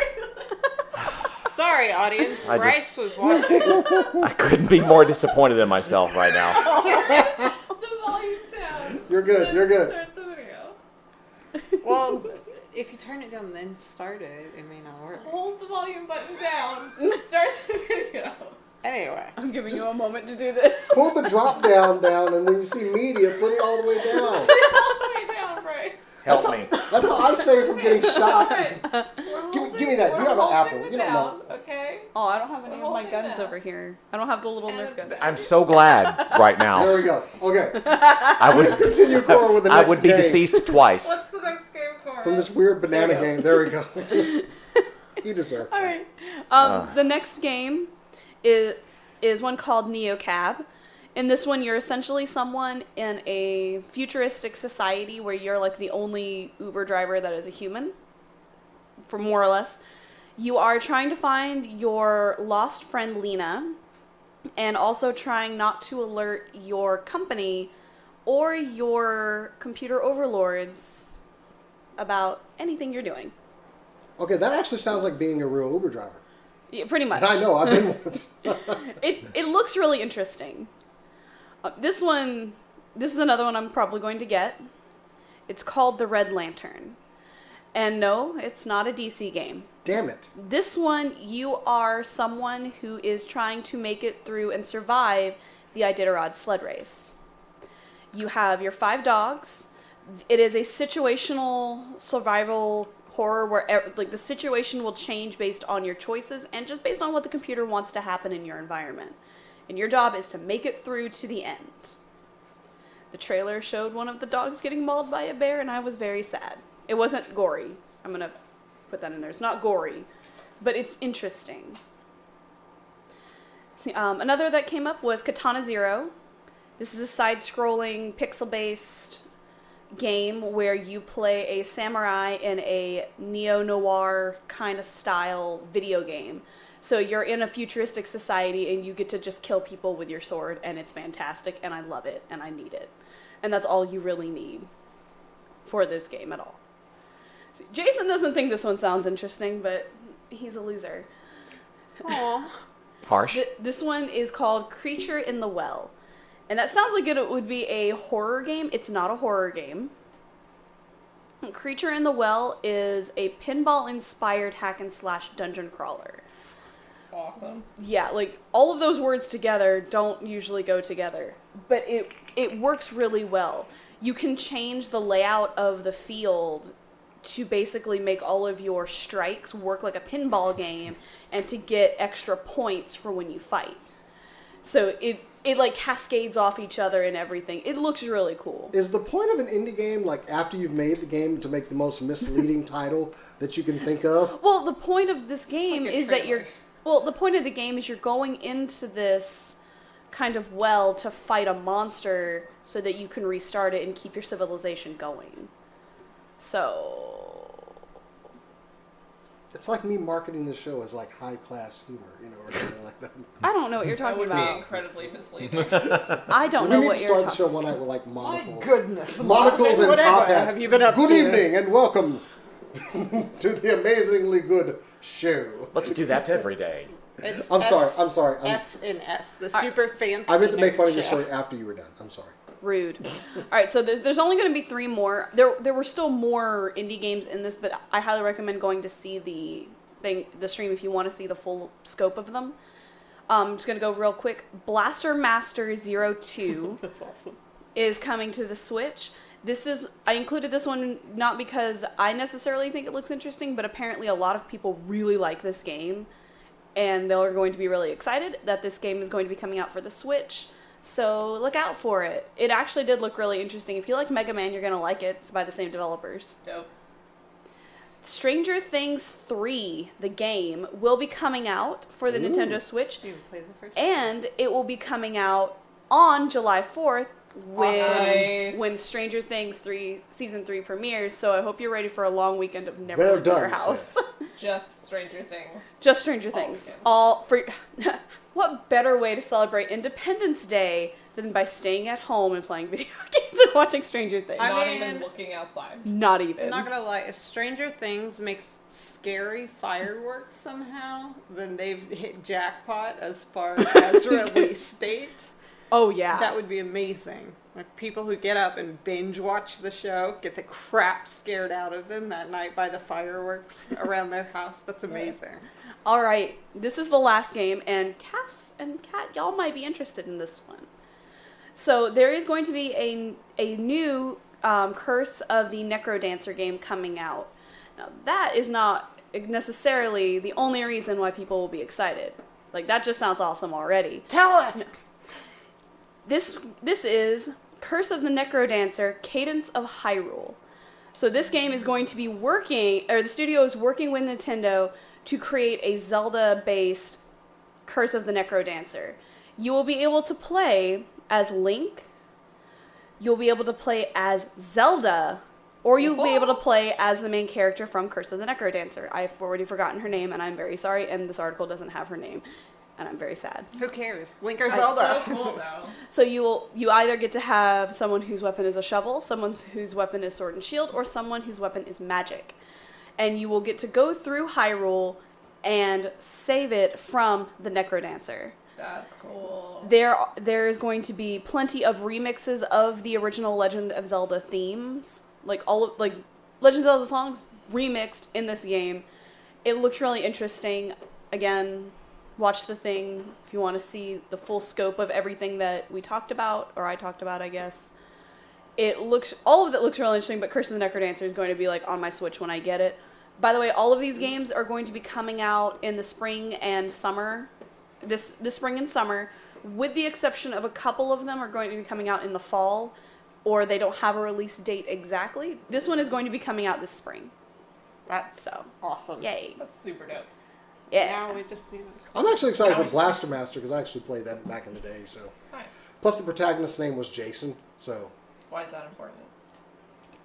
Sorry, audience.
I
Bryce
just-
was watching.
I couldn't be more disappointed in myself right now.
The volume down.
You're good.
Then
You're good.
Start the video.
Well, if you turn it down then start it, it may not work.
Hold the volume button down. Start the video.
Anyway,
I'm giving you a moment to do this.
Pull the drop down down, and when you see media, put it all the way down.
All the way down, Bryce.
Help me.
That's how I save from getting shot.
Alright.
Give me- give me that. You have an apple. You don't know.
Okay.
Oh, I don't have any of my
Holding
guns
that.
over here. I don't have the little
And
Nerf
it's
guns.
back.
I'm so glad right
There
now.
we go. Okay.
I
Let's
would.
continue going with the next
I would be
game.
deceased twice.
What's the next All
From
right.
this weird banana
There
game. There we go. you deserve
All
that.
right. Um,
Ah.
The next game is is one called NeoCab. In this one, you're essentially someone in a futuristic society where you're like the only Uber driver that is a human, for more or less. You are trying to find your lost friend Lena, and also trying not to alert your company or your computer overlords about anything you're doing.
Okay, that actually sounds like being a real Uber driver.
Yeah, pretty much.
And I know, I've been once.
it it looks really interesting. Uh, this one, this is another one I'm probably going to get. It's called the Red Lantern, and no, it's not a DC game.
Damn it.
This one, you are someone who is trying to make it through and survive the Iditarod sled race. You have your five dogs. It is a situational survival horror where ev- like the situation will change based on your choices and just based on what the computer wants to happen in your environment. And your job is to make it through to the end. The trailer showed one of the dogs getting mauled by a bear, and I was very sad. It wasn't gory. I'm gonna put that in there. It's not gory, but it's interesting. See, um, another that came up was Katana Zero. This is a side-scrolling, pixel-based game where you play a samurai in a neo noir kind of style video game. So you're in a futuristic society and you get to just kill people with your sword, and it's fantastic, and I love it, and I need it. And that's all you really need for this game at all. See, Jason doesn't think this one sounds interesting, but he's a loser.
Aw.
Harsh.
Th- this one is called Creature in the Well. And that sounds like it would be a horror game. It's not a horror game. Creature in the Well is a pinball inspired hack and slash dungeon crawler.
Awesome.
Yeah, like all of those words together don't usually go together, but it it works really well. You can change the layout of the field to basically make all of your strikes work like a pinball game and to get extra points for when you fight. So it it like cascades off each other and everything. It looks really cool.
Is the point of an indie game like after you've made the game to make the most misleading title that you can think of?
Well, the point of this game
like a
is that you're.
trailer.
Well, the point of the game is you're going into this kind of well to fight a monster so that you can restart it and keep your civilization going. So.
It's like me marketing the show as like high class humor, you know, or something like that.
I don't know what you're
That
talking
would be
about.
incredibly misleading.
I don't
we
know
need
what
to
you're
start the
talking
show
about.
one night with like monocles.
Goodness.
Monocles and
Whatever
top hats.
Have you been up
good
to?
evening and welcome to the amazingly good show.
Let's do that every day.
It's
I'm
S,
sorry, I'm sorry. I'm,
F and S, the super fancy.
I meant to make fun of
nerd
your
show.
story after you were done. I'm sorry.
Rude. All right, so there, there's only going to be three more. There, there were still more indie games in this, but I highly recommend going to see the thing, the stream, if you want to see the full scope of them. Um, I'm just going to go real quick. Blaster Master 02
That's awesome.
is coming to the Switch. This is I included this one not because I necessarily think it looks interesting, but apparently a lot of people really like this game and they're going to be really excited that this game is going to be coming out for the Switch. So look out for it. It actually did look really interesting. If you like Mega Man, you're going to like it. It's by the same developers.
Dope.
Stranger Things 3, the game, will be coming out for the Nintendo Switch
You played the first.
and it will be coming out on July 4th when
Awesome.
Nice.
when Stranger Things 3 season 3 premieres so I hope you're ready for a long weekend of never
Well
leaving your
done,
house
Sid.
Just Stranger Things.
just
Oh,
Stranger
All
Things
weekend.
all for what better way to celebrate Independence Day than by staying at home and playing video games and watching Stranger Things
I
Not
mean-
even looking outside.
not even
I'm not gonna lie. If Stranger Things makes scary fireworks somehow, then they've hit jackpot as far as release date.
oh yeah
That would be amazing. Like people who get up and binge watch the show, get the crap scared out of them that night by the fireworks around their house. That's amazing.
All right, this is the last game, and Cass and Kat, y'all might be interested in this one. So there is going to be a a new um, Curse of the Necro Dancer game coming out. Now that is not necessarily the only reason why people will be excited. Like that just sounds awesome already.
Tell us.
This this is Curse of the Necro Dancer: Cadence of Hyrule. So this game is going to be working, or the studio is working with Nintendo to create a Zelda-based Curse of the Necro Dancer. You will be able to play as Link. You'll be able to play as Zelda, or you'll be able to play as the main character from Curse of the Necro Dancer. I've already forgotten her name, and I'm very sorry. And this article doesn't have her name, and I'm very sad.
Who cares? Link or
So
Zelda?
cool though.
So you will you either get to have someone whose weapon is a shovel, someone whose weapon is sword and shield, or someone whose weapon is magic. And you will get to go through Hyrule and save it from the Necrodancer.
That's cool.
There there is going to be plenty of remixes of the original Legend of Zelda themes, like all of like Legend of Zelda songs remixed in this game. It looked really interesting. Again, watch the thing if you want to see the full scope of everything that we talked about or I talked about, I guess. It looks all of it looks really interesting, but Curse of the Necrodancer is going to be like on my Switch when I get it. By the way, all of these games are going to be coming out in the spring and summer. This this spring and summer, with the exception of a couple of them are going to be coming out in the fall or they don't have a release date exactly. This one is going to be coming out this spring.
That's
So,
awesome.
yay.
That's super dope.
Yeah.
Now we just need this.
I'm actually excited for
Nice.
Blaster Master because I actually played that back in the day. So,
Nice.
plus the protagonist's name was Jason. So,
Why is that important?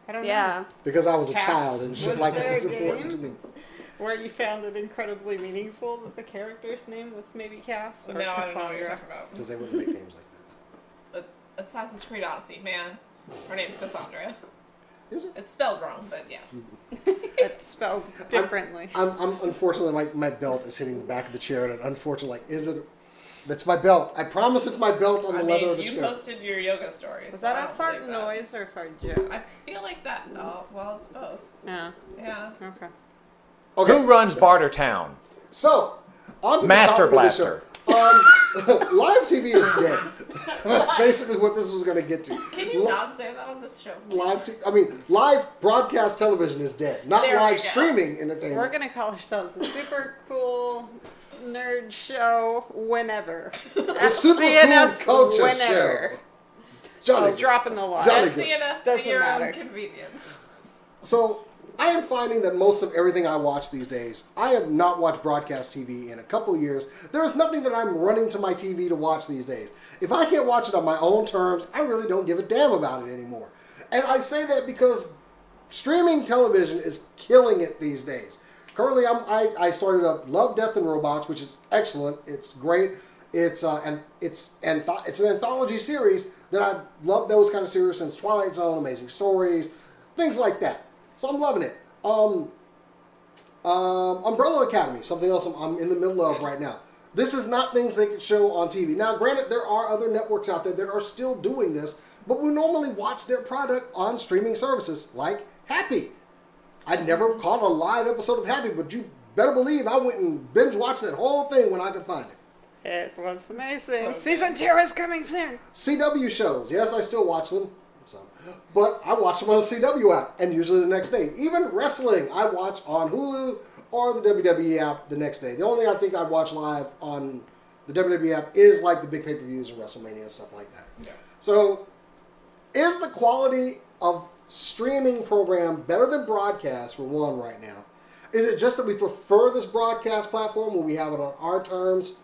I don't
Yeah.
because I was a
Cats
child and shit
was
like that
their
was important to
game.
me.
know where you found it incredibly meaningful that the character's name was maybe Cass or
No, I don't know what you're
Cassandra.
talking about.
Because they wouldn't make games like that.
A- Assassin's Creed Odyssey, man. Her name's Cassandra.
Is it?
It's spelled wrong, but yeah.
It's spelled differently.
I'm, I'm unfortunately my, my belt is hitting the back of the chair, and unfortunately, like, is it? That's my belt. I promise it's my belt on
I
the leather of
mean,
the
you
chair.
posted your yoga story.
Was
so I
that a
don't
fart
believe that.
noise or a fart joke?
I feel like that. Oh, well, it's both.
Yeah.
Yeah.
Okay.
okay,
Who runs Barter Town?
so on to
Master
the topic of the show.
Blaster.
Um, live TV is dead. That's basically what this was going to get to.
Can you
Li-
not say that on this show? please?
Live, t- I mean, live broadcast television is dead. Not
There we
live
go.
streaming
We're
entertainment.
gonna call ourselves the super cool nerd show whenever. The
super cool culture
whenever.
Johnny,
Oh, dropping the line.
Jolly
Does
good.
CNS
Doesn't
be your
matter.
own convenience?
So I am finding that most of everything I watch these days, I have not watched broadcast TV in a couple of years. There is nothing that I'm running to my TV to watch these days. If I can't watch it on my own terms, I really don't give a damn about it anymore. And I say that because streaming television is killing it these days. Currently, I'm, I, I started up Love, Death, and Robots, which is excellent. It's great. It's uh, and it's antho- it's an anthology series that I've loved those kind of series since Twilight Zone, Amazing Stories, things like that. So I'm loving it. Um, um, Umbrella Academy, something else I'm, I'm in the middle of right now. This is not things they could show on TV. Now, granted, there are other networks out there that are still doing this, but we normally watch their product on streaming services like Happy. I never caught a live episode of Happy, but you better believe I went and binge watched that whole thing when I could find it.
It was amazing.
So
Season two is coming soon.
CW shows. Yes, I still watch them. Some. But I watch them on the CW app and usually the next day. Even wrestling, I watch on Hulu or the WWE app the next day. The only thing I think I watch live on the WWE app is like the big pay per views and WrestleMania and stuff like that.
Yeah.
So, is the quality of streaming program better than broadcast for one right now? Is it just that we prefer this broadcast platform when we have it on our terms,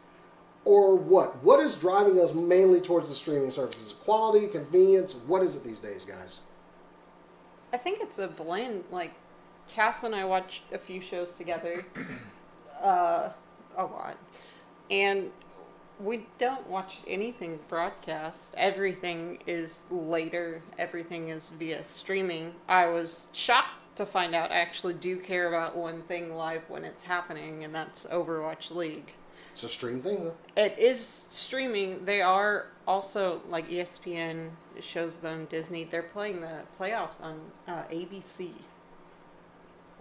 or what? What is driving us mainly towards the streaming services? Quality, convenience. What is it these days, guys?
I think it's a blend. Like, Cass and I watched a few shows together, uh, a lot, and we don't watch anything broadcast. Everything is later. Everything is via streaming. I was shocked to find out I actually do care about one thing live when it's happening, and that's Overwatch League.
It's a stream thing, though.
It is streaming. They are also like E ESPN shows them Disney. They're playing the playoffs on uh, ABC.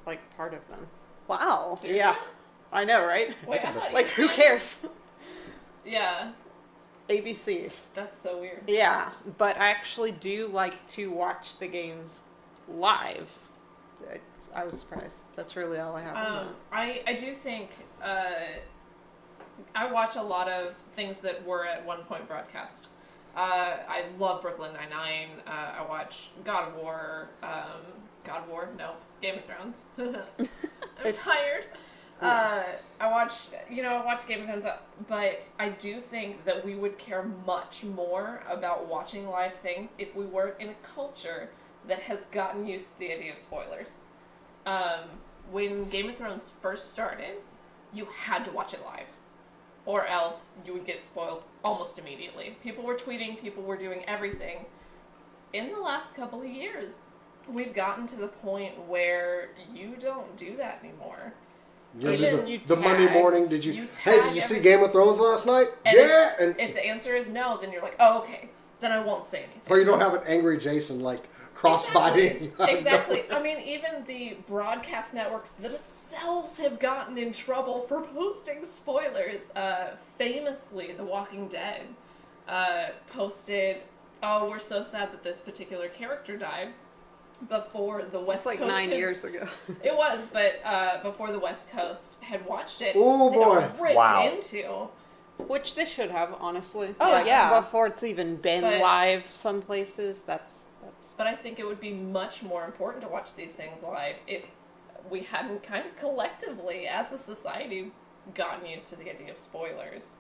Like part of them.
Wow.
Yeah, I know, right?
Wait, I thought E
Like who cares?
Yeah,
ABC.
that's so weird.
Yeah, but I actually do like to watch the games live. It's, I was surprised. That's really all I have. on
Um, I, I do think uh, I watch a lot of things that were at one point broadcast. Uh, I love Brooklyn Nine Nine. Uh, I watch God of War. Um, God of War? No, Game of Thrones. I'm
It's-
tired. Uh, I watch, you know, I watch Game of Thrones, uh, but I do think that we would care much more about watching live things if we weren't in a culture that has gotten used to the idea of spoilers. Um, when Game of Thrones first started, you had to watch it live or else you would get spoiled almost immediately. People were tweeting, people were doing everything. In the last couple of years, we've gotten to the point where you don't do that anymore.
You
Even
do the,
you
the Monday
tag-
morning. Did you?
you
hey,
tag
did you see
every-
Game of Thrones last night?
And
yeah,
if,
and
if the answer is no, then you're like, oh, okay, then I won't say anything.
or Oh, you don't have an angry Jason like crossbiting.
Exactly. exactly. I mean, even the broadcast networks themselves have gotten in trouble for posting spoilers. Uh, famously, The Walking Dead uh, posted, "Oh, we're so sad that this particular character died." Before the West
It's like
Coast
nine
had-
years ago.
it was, but uh, before the West Coast had watched it,
Oh,
they got
boy.
ripped
Wow.
into.
Which they should have, honestly.
Oh, yeah.
Before it's even been
But-
live, some places that's that's
But I think it would be much more important to watch these things live if we hadn't kind of collectively, as a society, gotten used to the idea of spoilers.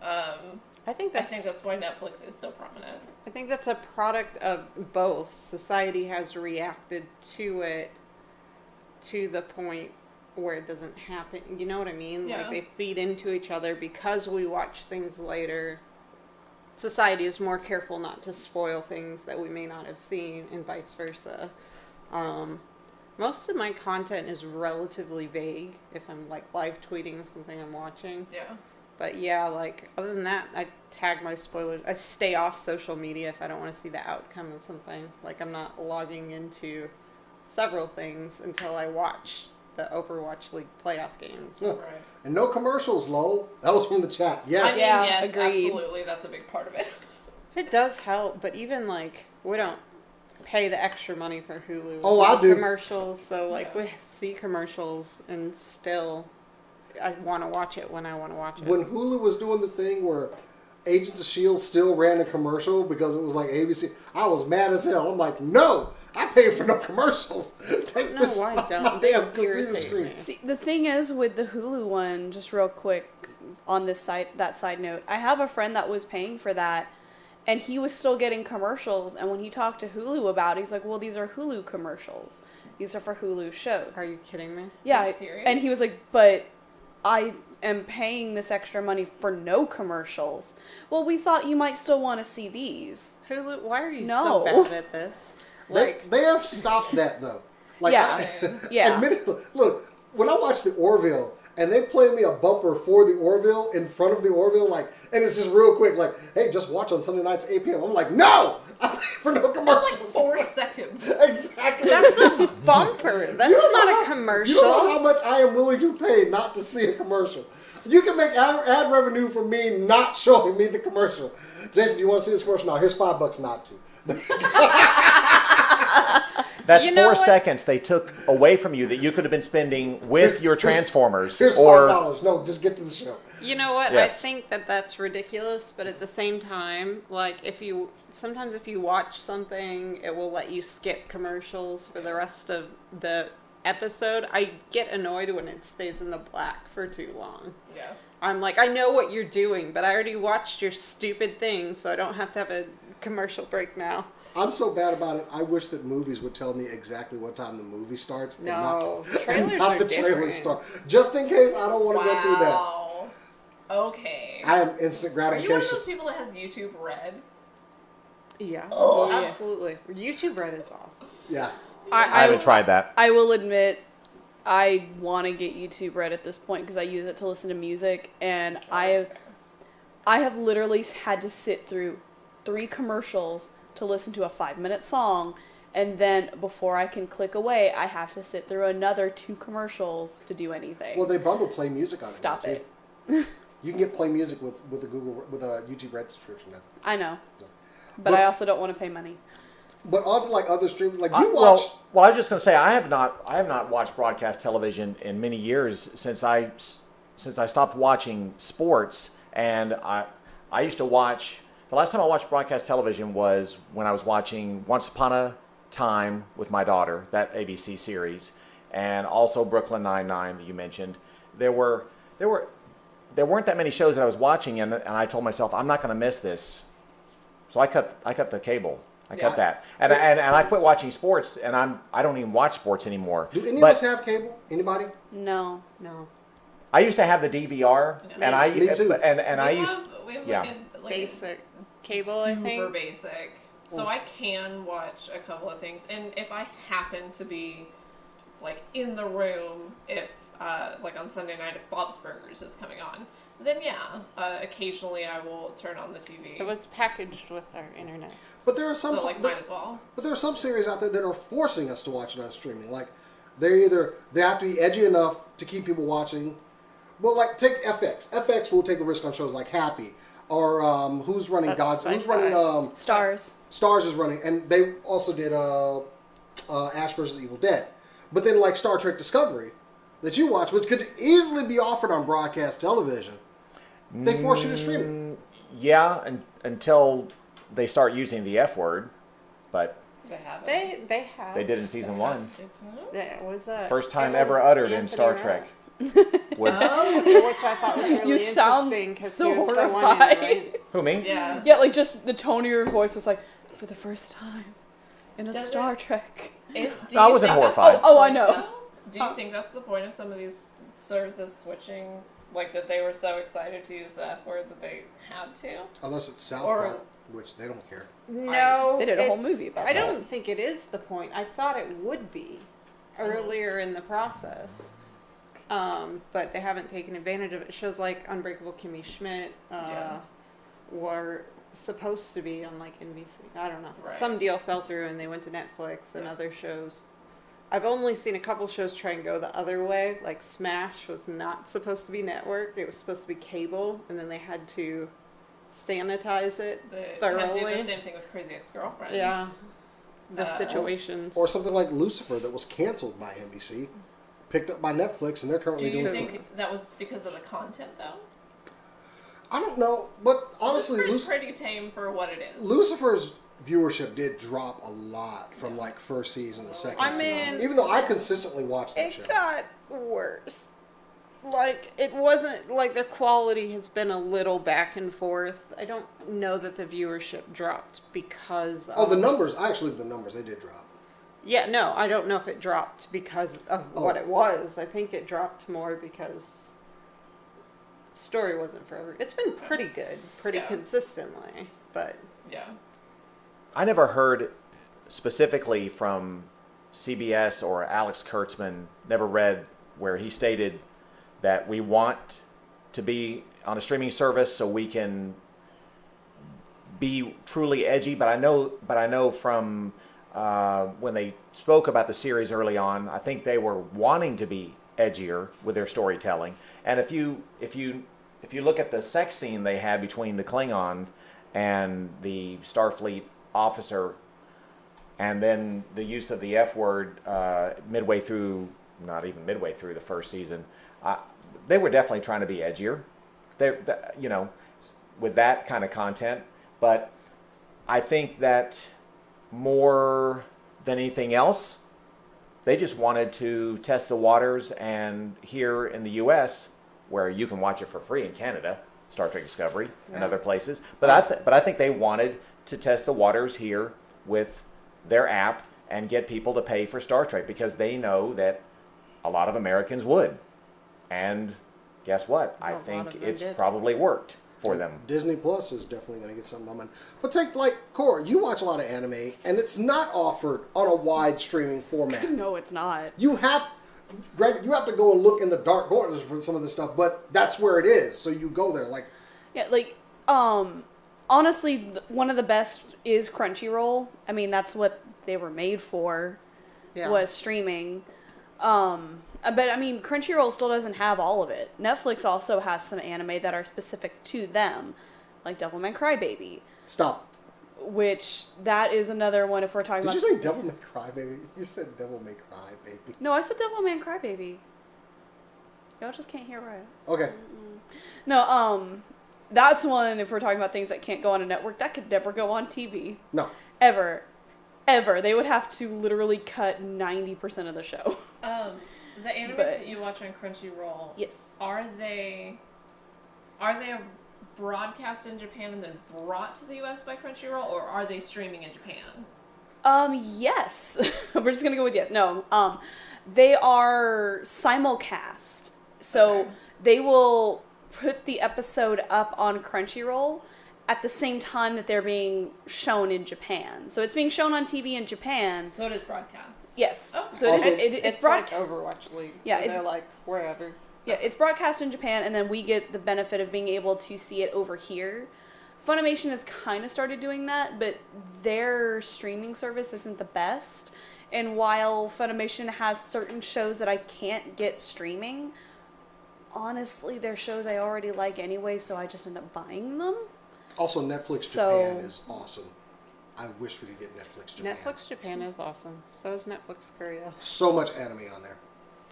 Um,
I think
I
that's
think that's why Netflix is so prominent.
I think that's a product of both. Society has reacted to it to the point where it doesn't happen. You know what I mean?
Yeah.
Like they feed into each other because we watch things later. Society is more careful not to spoil things that we may not have seen, and vice versa. Um, most of my content is relatively vague if I'm like live tweeting something I'm watching.
Yeah.
But yeah, like other than that, I tag my spoilers. I stay off social media if I don't want to see the outcome of something. Like I'm not logging into several things until I watch the Overwatch League playoff games.
Yeah.
Right.
and no commercials, lol. That was from the chat.
I
Yes.
mean,
Yeah,
yes,
agreed.
absolutely. That's a big part of it.
It does help, but even like we don't pay the extra money for Hulu.
Oh, I
The
do.
commercials. So like
Yeah.
we see commercials and still I want to watch it when I want to watch it.
When Hulu was doing the thing where Agents of Shield E still ran a commercial because it was like ABC, I was mad as hell. I'm like, no, I paid for no commercials. Take
No,
this
why
off
don't
my
they
damn computer
irritate
screen.
me?
See, the thing is with the Hulu one, just real quick on this side, that side note, I have a friend that was paying for that and he was still getting commercials. And when he talked to Hulu about it, he's like, well, these are Hulu commercials. These are for Hulu shows.
Are you kidding me?
Yeah.
you serious?
And he was like, but I am paying this extra money for no commercials. Well, we thought you might still want to see these.
Hulu, why are you
No.
so bad at this?
They,
Like
they have stopped that though. Like,
Yeah.
I-
Yeah.
admittedly, look, when I watch the Orville and they play me a bumper for the Orville in front of the Orville, like, and it's just real quick, like, hey, just watch on Sunday nights 8 p.m. I'm like, no, I pay for no
That's like
commercials.
four seconds.
exactly.
That's a bumper. That's
You don't know
not
how-
a commercial.
You don't know how much I am willing to pay not to see a commercial. You can make ad, ad revenue from me not showing me the commercial. Jason, do you want to see this commercial? No, here's five bucks not to.
That's
You know
four
what?
seconds they took away from you that you could have been spending with
Here's-
your
here's-
Transformers
Here's five
or
dollars. No, just get to the show.
You know what? I
Yes.
think that that's ridiculous, but at the same time, like if you sometimes if you watch something, it will let you skip commercials for the rest of the episode. I get annoyed when it stays in the black for too long.
Yeah.
I'm like, I know what you're doing, but I already watched your stupid thing, so I don't have to have a commercial break now.
I'm so bad about it. I wish that movies would tell me exactly what time the movie starts. and
No,
not, and
trailers
not
are
the trailer
different.
start. Just in case I don't want to go through that.
Wow. Okay.
I am instant
Are you one of
gratification.
those people that has YouTube Red?
Yeah.
Oh.
absolutely. YouTube Red is awesome.
Yeah.
I haven't tried that.
I will admit, I want to get YouTube Red at this point because I use it to listen to music, and I have, I have literally had to sit through three commercials to listen to a five-minute song, and then before I can click away, I have to sit through another two commercials to do anything.
Well, they bundle Play Music on
Stop
it. now, too.
it.
You can get Play Music with with a Google with a YouTube Red subscription now.
I know, but
Well-
I also don't want to pay money.
But onto like other streams, like
I-
you
Uh, well,
watch.
well, I was just going to say I have not I have not watched broadcast television in many years since I since I stopped watching sports and I I used to watch The last time I watched broadcast television was when I was watching Once Upon a Time with my daughter, that ABC series, and also Brooklyn Nine Nine that you mentioned. There were there were there weren't that many shows that I was watching, and, and I told myself I'm not going to miss this, so I cut I cut the cable. I
Yeah.
cut that, and,
Yeah.
and and I quit watching sports, and I'm I don't even watch sports anymore.
Do any
But-
of us have cable? Anybody?
No.
No.
I used to have the DVR, and I
Me too.
and and I
we
used
have, we have
yeah.
like a like
Basic cable,
super
I think.
basic. So I can watch a couple of things, and if I happen to be like in the room, if uh, like on Sunday night, if Bob's Burgers is coming on, then yeah, uh, occasionally I will turn on the TV.
It was packaged with our internet.
But there are some
so like
there-
might as well.
But there are some series out there that are forcing us to watch it on streaming. Like they're either they have to be edgy enough to keep people watching. Well, like take FX. FX will take a risk on shows like Happy or um, who's running
That's
God's. Who's
sci-fi.
running um,
Stars.
Stars is running, and they also did uh, uh, Ash versus Evil Dead. But then like Star Trek Discovery that you watch, which could easily be offered on broadcast television, they force you to stream it.
yeah, and, until they start using the F word, but
They have
They they have.
they did in season one.
That was uh,
First time
it
ever
was
uttered in
Anthony
Star
Rao,
Trek. Was,
which I thought was really
You sound
interesting because
so
he was the one in
horrified.
the right.
who me?
Yeah.
Yeah, like just the tone of your voice was like, for the first time in a
Does
Star
it-
Trek.
Is, do
I
you
wasn't
think that's
horrified.
the
Oh, oh, I
point,
know.
though? Do you think that's the point of some of these services switching? Like that they were so excited to use the F word that they had to?
Unless it's South
Or-
Park, which they don't care.
No,
They did a whole
it's-
movie about
I don't think it is the point. I thought it would be earlier in the process, um, but they haven't taken advantage of it. Shows like Unbreakable Kimmy Schmidt uh,
Yeah.
were supposed to be on like NBC. I don't know.
Right.
Some deal fell through, and they went to Netflix and other shows. I've only seen a couple shows try and go the other way. Like Smash was not supposed to be network; it was supposed to be cable, and then they had to sanitize it
They had to
thoroughly.
do the same thing with Crazy Ex-Girlfriend.
Yeah. The
Uh,
situations.
Or something like Lucifer that was canceled by NBC, picked up by Netflix, and they're
Do
currently
you
doing
think
something.
that was because of the content, though?
I don't know, but honestly,
Lucifer's
Luc-
pretty tame for what it is.
Lucifer's viewership did drop a lot from like first season to second
I
season.
mean-
Even though I consistently watched that
it
show.
got worse. Like, it wasn't, like, the quality has been a little back and forth. I don't know that the viewership dropped because of.
Oh, the numbers! I actually the numbers they did drop.
Yeah, no, I don't know if it dropped because of
Oh.
what it was. I think it dropped more because the story wasn't forever. It's been pretty good, pretty
Yeah.
consistently, but
yeah.
I never heard specifically from CBS or Alex Kurtzman, never read where he stated that we want to be on a streaming service so we can be truly edgy. But I know, but I know from uh, when they spoke about the series early on, I think they were wanting to be edgier with their storytelling. And if you if you if you look at the sex scene they had between the Klingon and the Starfleet officer, and then the use of the F word uh, midway through, not even midway through the first season, I, they were definitely trying to be edgier. They're, th- you know, with that kind of content. But I think that more than anything else, they just wanted to test the waters. And here in the U.S., where you can watch it for free in Canada, Star Trek Discovery and other places, but I th- but I think they wanted to test the waters here with their app and get people to pay for Star Trek because they know that a lot of Americans would. And guess what? I
A lot
think
of them
it's
did.
probably worked for them.
Disney Plus is definitely going to get something on. But take like Cora, you watch a lot of anime, and it's not offered on a wide streaming format.
No, it's not.
You have, granted, you have to go and look in the dark corners for some of this stuff, but that's where it is. So you go there. Like
Yeah, like um honestly th- one of the best is Crunchyroll. I mean, that's what they were made for
yeah.
was streaming. Um uh, but I mean, Crunchyroll still doesn't have all of it. Netflix also has some anime that are specific to them, like Devilman Crybaby,
stop.
which that is another one if we're talking
Did
about
you say Devil May Cry, baby? You said Devil May Cry, baby.
No, I said Devilman Crybaby. Y'all just can't hear right.
Okay.
No, um, That's one, if we're talking about things that can't go on a network, that could never go on TV.
No.
Ever. Ever. They would have to literally cut 90% of the show.
Um, the animes
But-
that you watch on Crunchyroll,
Yes.
are they are they broadcast in Japan and then brought to the US by Crunchyroll, or are they streaming in Japan?
Um, yes. We're just gonna go with yes. No. Um, they are simulcast, so
Okay.
they will put the episode up on Crunchyroll at the same time that they're being shown in Japan. So it's being shown on TV in Japan.
So it is broadcast.
Yes.
Oh.
So it is-
Also-
it- it's,
like
broadcast.
Overwatch League.
Yeah,
where
it's-
they're like wherever.
Yeah, it's broadcast in Japan, and then we get the benefit of being able to see it over here. Funimation has kind of started doing that, but their streaming service isn't the best. And while Funimation has certain shows that I can't get streaming, honestly, they're shows I already like anyway, so I just end up buying them.
Also, Netflix
So-
Japan is awesome. I wish we could get Netflix Japan.
Netflix Japan is awesome. So is Netflix Korea.
So much anime on there,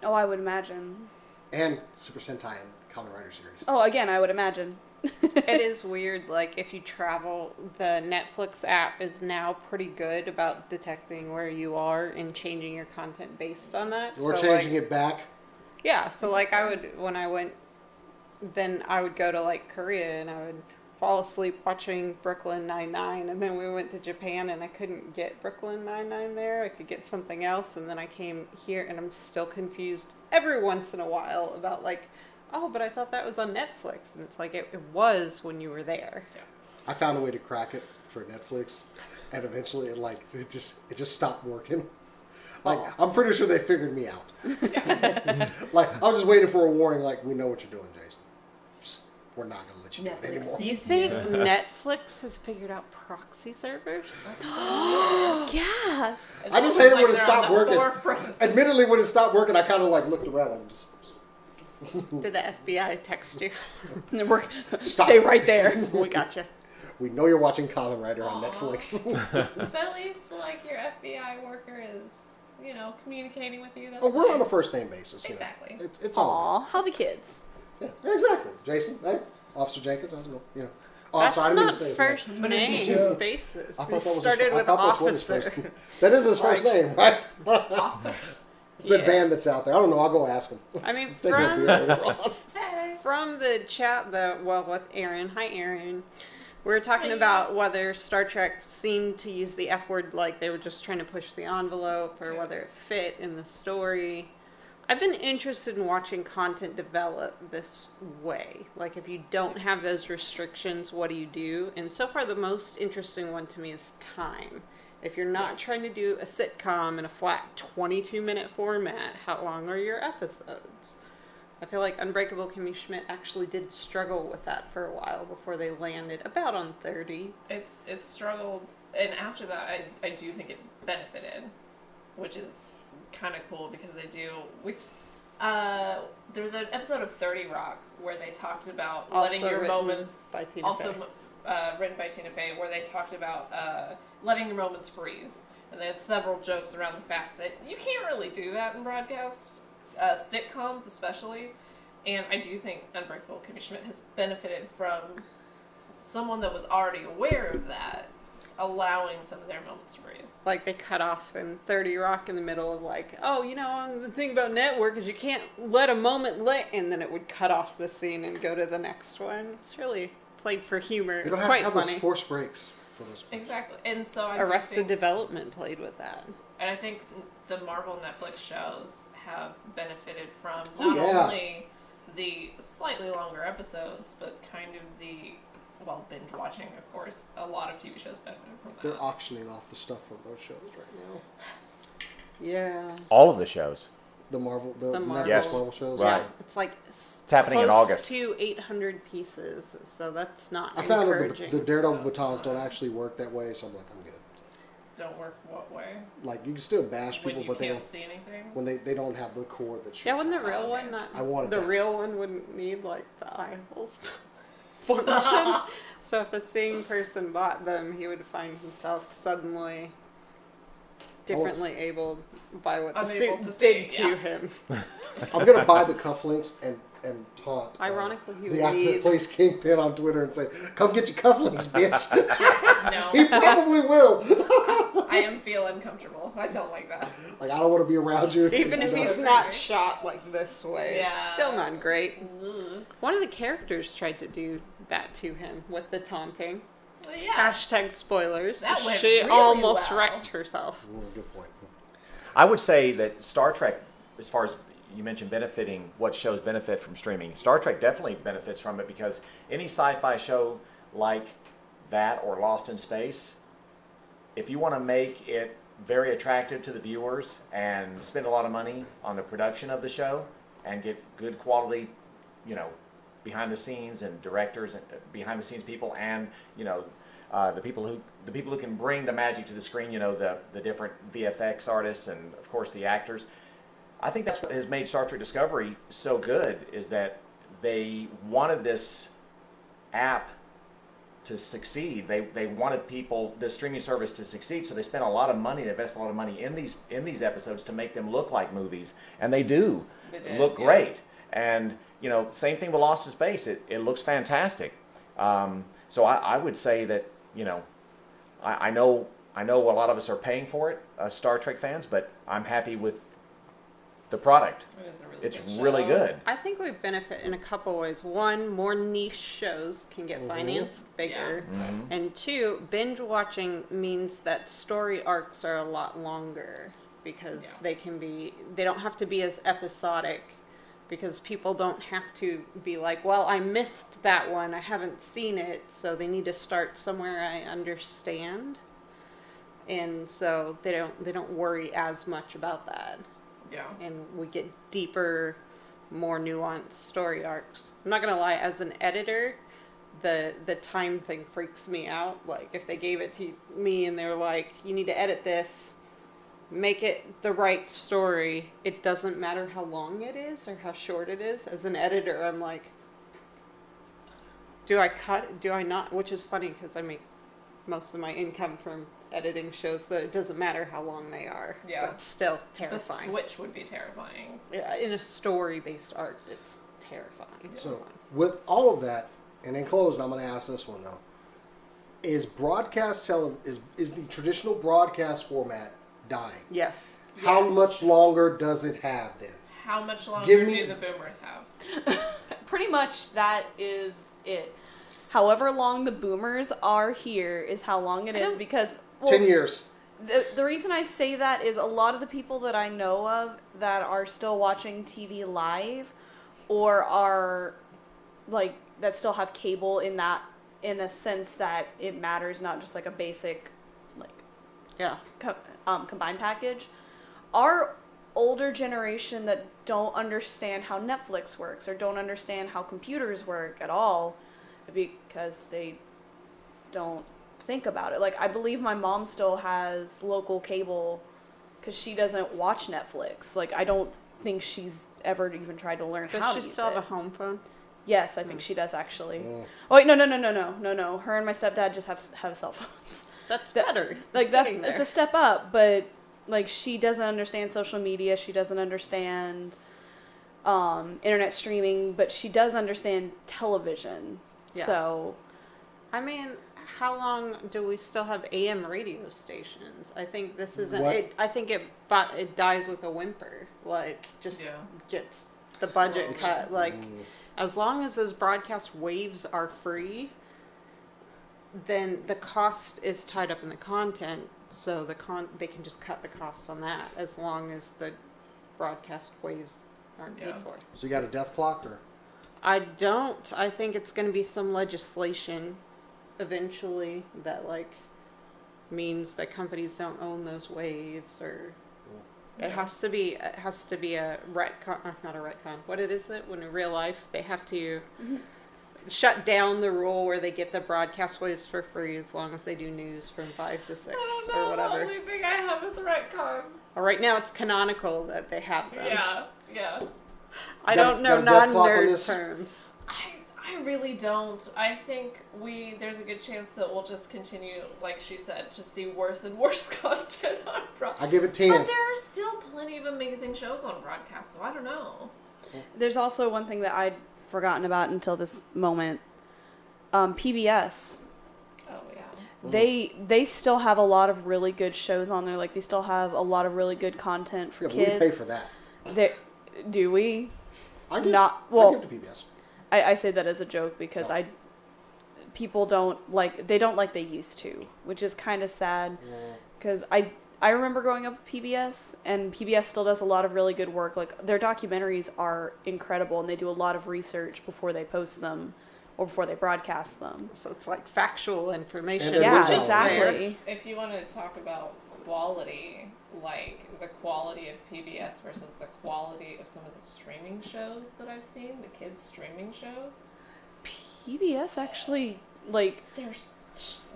Oh, I would imagine.
and Super Sentai and Kamen Rider series.
Oh, again, I would imagine.
it is weird. Like if you travel, the Netflix app is now pretty good about detecting where you are and changing your content based on that.
We're
So,
changing
like,
it back.
Yeah, so like I would when I went, then I would go to like Korea and I would fall asleep watching Brooklyn Nine Nine, and then we went to Japan and I couldn't get Brooklyn Nine Nine there. I could get something else, and then I came here and I'm still confused every once in a while about like, oh, but I thought that was on Netflix, and it's like it, it was when you were there.
I found a way to crack it for Netflix, and eventually it like it just it just stopped working. Like I'm pretty sure they figured me out. like I was just waiting for a warning. Like we know what you're doing, Jason. Psst, we're not gonna let you do it anymore.
You think Netflix has figured out proxy servers?
yes.
I just
It's
hate it
like
when it
they're
stopped
on the
working.
forefront.
Admittedly, when it stopped working, I kind of like looked around. Like, just,
Did the FBI text you?
We're,
Stop.
stay right there.
we gotcha.
we know you're watching Kamen Rider on Netflix.
But at least like your FBI worker is, you know, communicating with you. That's
Oh, we're on a
nice.
first name basis. You
Exactly.
Know. It's, it's all.
Aw, how the kids.
Yeah, exactly. Jason, hey, Officer Jenkins, how's it going? You know. Oh, I'm
That's
sorry, I didn't mean
not
to say his name.
first name
joke.
basis.
I thought
He
that was
started
his, I
with
thought that's what his
officer.
first That is his first name, right?
Awesome.
It's that
Yeah.
van that's out there. I don't know. I'll go ask him.
I mean,
Take a beer
from
later on.
Hey.
from the chat though, well, with Aaron. Hi, Aaron. We were talking about whether Star Trek seemed to use the F word like they were just trying to push the envelope, or whether it fit in the story. I've been interested in watching content develop this way. Like, if you don't have those restrictions, what do you do? And so far, the most interesting one to me is time. If you're not trying to do a sitcom in a flat 22 minute format, how long are your episodes? I feel like Unbreakable Kimmy Schmidt actually did struggle with that for a while before they landed about on 30.
It, it struggled, and after that, I, I do think it benefited, which is kind of cool because they do. Which uh, there was an episode of Thirty Rock where they talked about
Also
letting your
written
moments
by Tina
also
Fey.
mo- uh, written by Tina Fey, where they talked about uh, letting your moments breathe, and they had several jokes around the fact that you can't really do that in broadcast uh, sitcoms, especially. And I do think Unbreakable Kimmy Schmidt has benefited from someone that was already aware of that allowing some of their moments to breathe.
Like they cut off in 30 Rock in the middle of like, oh, you know, the thing about network is you can't let a moment lit, and then it would cut off the scene and go to the next one. It's really played for humor.
You
It's
don't have
quite
to have
funny.
those forced breaks for those.
Exactly. And so I do
Arrested
think-
Development played with that.
and I think the Marvel Netflix shows have benefited from
Oh,
not
yeah.
only the slightly longer episodes, but kind of the well binge watching. Of course, a lot of TV shows benefit from that.
They're auctioning off the stuff from those shows right now.
Yeah.
All of the shows.
The Marvel, the,
The
Netflix
Marvel.
Yes.
Marvel shows.
Right.
Yeah, it's like it's
happening in August.
to 800 pieces, so that's not
I found out
encouraging.
the, the Daredevil batons don't actually work that way, so I'm like, I'm good.
Don't work what way?
Like you can still bash
When
people,
you
but they
can't
don't.
see anything.
When they, they don't have the cord that shoots.
Yeah, wouldn't
out.
the real one not?
I wanted
the
that.
real one wouldn't need like the eye holes to function. so if a seeing person bought them, he would find himself suddenly differently abled by what the
Unable
suit
to
did
see,
to
yeah.
him.
I'm gonna buy the cufflinks and and taunt. uh,
Ironically, he
the
would
actor that
lead.
plays Kingpin on Twitter and say, "Come get your cufflinks, bitch." he
No,
probably will.
I am feel uncomfortable. I don't like that.
like I don't want to be around you.
Even
you
if
know?
he's not shot like this way,
Yeah. Mm-hmm.
it's still not great. One of the characters tried to do that to him with the taunting.
Well, yeah.
Hashtag spoilers.
That went
she
really
almost
well.
wrecked herself.
Mm, Good point.
I would say that Star Trek, as far as you mentioned benefiting what shows benefit from streaming, Star Trek definitely benefits from it because any sci-fi show like that or Lost in Space, if you want to make it very attractive to the viewers and spend a lot of money on the production of the show and get good quality, you know, behind the scenes and directors and uh, behind the scenes people and you know uh, the people who the people who can bring the magic to the screen, you know, the the different VFX artists and of course the actors. I think that's what has made Star Trek Discovery so good is that they wanted this app to succeed. They they wanted people the streaming service to succeed, so they spent a lot of money, they invested a lot of money in these in these episodes to make them look like movies, and they do
They did,
look
yeah.
great. And you know, same thing with Lost in Space. It it looks fantastic. Um, so I, I would say that you know, I, I know I know a lot of us are paying for it, uh, Star Trek fans, but I'm happy with the product.
It is a really
It's
good
really
show.
good.
I think we benefit in a couple ways. One, more niche shows can get financed bigger. And two, binge watching means that story arcs are a lot longer because
Yeah.
they can be they don't have to be as episodic because people don't have to be like, "Well, I missed that one. I haven't seen it." So they need to start somewhere I understand. And so they don't they don't worry as much about that
Yeah.
and we get deeper, more nuanced story arcs. I'm not gonna lie, as an editor, the the time thing freaks me out. Like if they gave it to me and they're like, "You need to edit this, make it the right story." It doesn't matter how long it is or how short it is. As an editor, I'm like, "Do I cut? Do I not?" Which is funny because I make most of my income from editing shows that it doesn't matter how long they are.
Yeah.
but still
The
terrifying.
switch would be terrifying.
Yeah, uh, in a story based art, it's terrifying.
So, with all of that, and in closing, I'm going to ask this one though: Is broadcast tele is is the traditional broadcast format dying?
yes.
How
Yes.
much longer does it have then?
How much longer
Give me-
do the boomers have?
Pretty much that is it. However long the boomers are here is how long it is because well,
Ten years.
The, the reason I say that is a lot of the people that I know of that are still watching TV live or are like that still have cable in that in a sense that it matters not just like a basic like
Yeah.
co- um, combined package. Our older generation that don't understand how Netflix works or don't understand how computers work at all because they don't think about it. Like, I believe my mom still has local cable because she doesn't watch Netflix. Like, I don't think she's ever even tried to learn
Does
how to
she
use
still have
it.
a Hmm. home phone?
Yes, I think she does actually. Oh wait, no, no, no, no, no, no, no. Her and my stepdad just have have cell phones
That's
That-
better.
like that
Getting
it's
there.
a step up but like she doesn't understand social media she doesn't understand um, internet streaming but she does understand television
Yeah.
so
I mean, how long do we still have AM radio stations? I think this isn't.
What?
It, I think it but it dies with a whimper. Like just
Yeah.
gets the budget cut. Like as long as those broadcast waves are free, then the cost is tied up in the content. So the con they can just cut the costs on that as long as the broadcast waves aren't paid
Yeah.
for.
So you got a death clock, or
I don't. I think it's going to be some legislation eventually that like means that companies don't own those waves or it has to be it has to be a retcon uh, not a retcon what it is it when in real life they have to shut down the rule where they get the broadcast waves for free as long as they do news from 5 to 6
I don't know.
or whatever
The only thing I have is retcon.
Well, right now it's canonical that they have them
Yeah. Yeah.
i
Got a-
don't
got
know
a death clock on
non-nerd
this?
terms
I I really don't. I think we there's a good chance that we'll just continue, like she said, to see worse and worse content on broadcast.
I give it ten.
But there are still plenty of amazing shows on broadcast, so I don't know.
There's also one thing that I'd forgotten about until this moment. Um, PBS.
Oh yeah.
Mm.
They they still have a lot of really good shows on there. Like they still have a lot of really good content for
Yeah, but we
kids.
pay for that.
They- do we?
I give,
Not-
I
well-
give to PBS.
I, I say that as a joke because
No.
I people don't like they don't like they used to, which is kind of sad because I I remember growing up with PBS and PBS still does a lot of really good work. Like their documentaries are incredible and they do a lot of research before they post them or before they broadcast them.
So it's like factual information.
And it
yeah,
was all
exactly.
If you want to talk about quality, like the quality of PBS versus the quality of some of the streaming shows that I've seen, the kids streaming shows,
PBS actually like
there's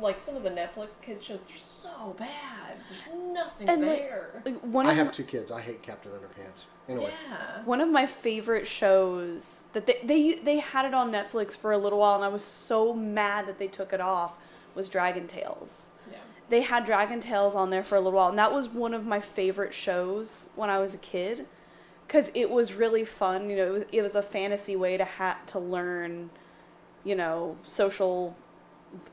like some of the Netflix kid shows are so bad. There's nothing
And, like,
there.
like, one
I
of
have two kids. I hate Captain Underpants. Anyway,
yeah.
One of my favorite shows that they, they they had it on Netflix for a little while, and I was so mad that they took it off was Dragon Tales.
Yeah.
They had Dragon Tales on there for a little while, and that was one of my favorite shows when I was a kid, because it was really fun. You know, it was, it was a fantasy way to ha- to learn, you know, social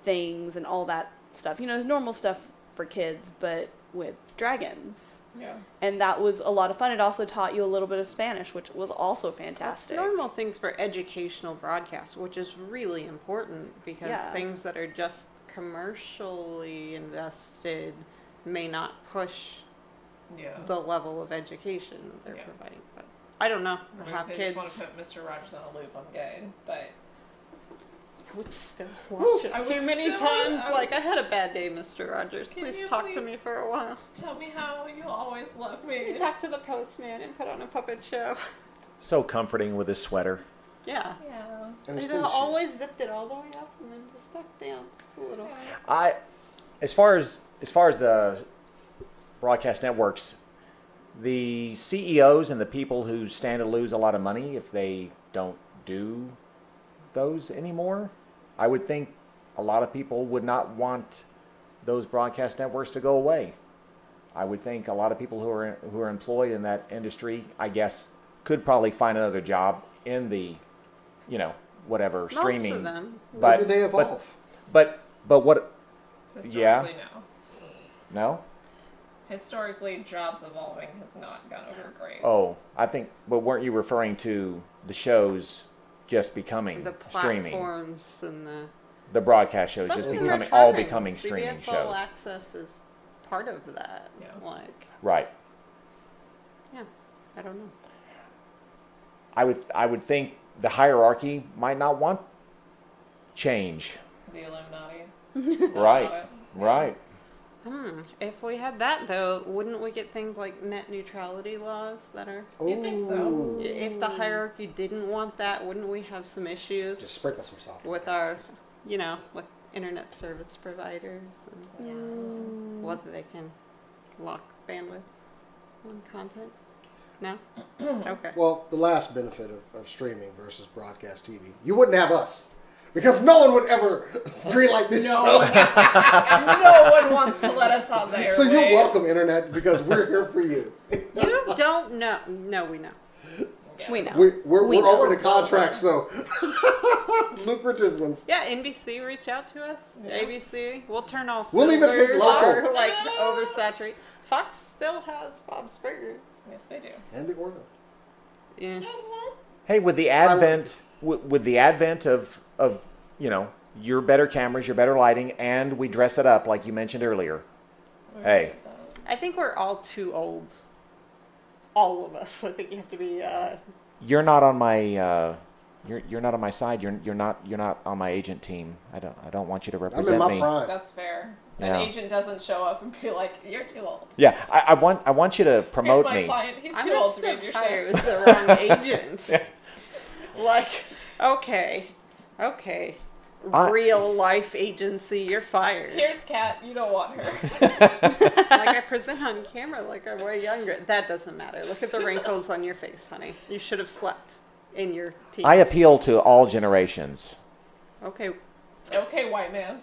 things and all that stuff. You know, normal stuff for kids, but with dragons
Yeah.
and that was a lot of fun. It also taught you a little bit of Spanish, which was also
That's
fantastic.
normal things for educational broadcasts, which is really important because
Yeah.
things that are just commercially invested may not push
Yeah.
the level of education that they're
Oh. Yeah.
providing. But I don't know.
I
I
mean,
have
if they
kids.
just want to put Mr. Rogers on a loop, I'm gay. But
I would still watch
I would
it too many
still-
times.
I would-
like I had a bad day, Mr. Rogers.
Can
Please
you
talk to
please-
me for a while.
tell me how you always love me.
You talk to the postman and put on a puppet show.
So comforting with his sweater.
Yeah.
Yeah.
and it's
They
still
always zipped it all the way up and then just back down just a little.
I, as far as as far as the broadcast networks, the CEOs and the people who stand to lose a lot of money if they don't do those anymore, I would think a lot of people would not want those broadcast networks to go away. I would think a lot of people who are who are employed in that industry, I guess, could probably find another job in the, you know, whatever streaming.
Most of them.
Where
But
do they
but-
evolve?
but but what? Yeah.
Historically, no.
No.
Historically, jobs evolving has not gone over great.
Oh, I think. But weren't you referring to the shows just becoming
The
streaming?
platforms and the
The broadcast shows
Some
just
of them are
becoming all
charming.
becoming streaming
CBS All
shows.
Access is part of that.
Yeah.
Like,
Right.
yeah, I don't know.
I would I would think the hierarchy might not want change.
The Illuminati.
Right. Right.
Hmm. If we had that though, wouldn't we get things like net neutrality laws that are?
You think so?
Ooh.
If the hierarchy didn't want that, wouldn't we have some
Just
issues
sprinkle some salt.
with our, you know, with internet service providers and whether they can lock bandwidth on content? No. okay.
Well, the last benefit of, of streaming versus broadcast TV, you wouldn't have us. Because no one would ever greenlight this show.
no one wants to let us on there.
So you're welcome, Internet, because we're here for you.
you don't know. No, we know.
We know.
We, we're
We
we're
know.
open to contracts, though. Lucrative ones.
Yeah, NBC, reach out to us. ABC, we'll turn all.
We'll even
silver,
take local.
or, Like
No.
oversaturate. Fox still has Bob's Burgers.
Yes, they do.
And the Orville.
Yeah.
Hey, with the advent with, with the advent of of you know your better cameras, your better lighting, and we dress it up like you mentioned earlier. Hey,
I think we're all too old. All of us. I think you have to be. Uh,
you're not on my uh, you're you're not on my side. You're you're not you're not on my agent team. I don't I don't want you to
I'm
represent
in my
me.
prime.
That's fair.
Yeah.
An agent doesn't show up and be like, "You're too old."
Yeah, I, I want I want you to
Here's
promote
my
me.
client. He's
I'm
too
a
old to be
step
in your
higher
show.
with the wrong agent. Like, okay, okay.
I-
Real life agency, you're fired.
Here's Kat. You don't want her.
like I present on camera like I'm way younger. That doesn't matter. Look at the wrinkles on your face, honey. You should have slept in your teens.
I appeal to all generations.
Okay.
okay, white man.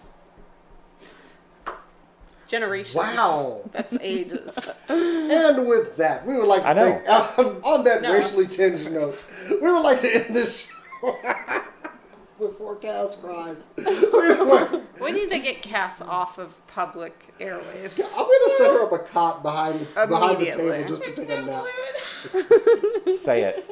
generations.
Wow.
That's ages.
And with that, we would like to
I know.
thank, on, on that
No.
racially tinged note, we would like to end this show with four cows cries. So anyway,
we need to get Cass off of public airwaves.
I'm going to set her up a cot behind the, behind the table
Immediately.
just to take a nap.
Say it.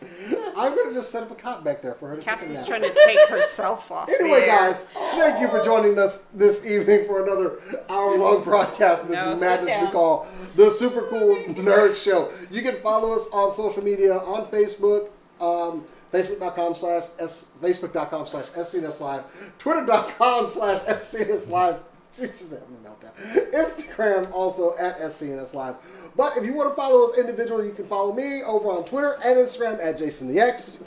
I'm going to just set up a cot back there for her to
Cass
take a
is
nap.
trying to take herself off.
Anyway,
the air.
guys, thank you
Oh.
for joining us this evening for another hour long broadcast of this
No, sit
madness we
down.
call the Super Cool Nerd Show. You can follow us on social media on Facebook. Um, Facebook.com slash S Facebook.com slash SCNS Live, Twitter.com slash SCNS Live. Jesus, I'm gonna melt down. Instagram also at SCNS Live. But if you want to follow us individually, you can follow me over on Twitter and Instagram at Jason the X.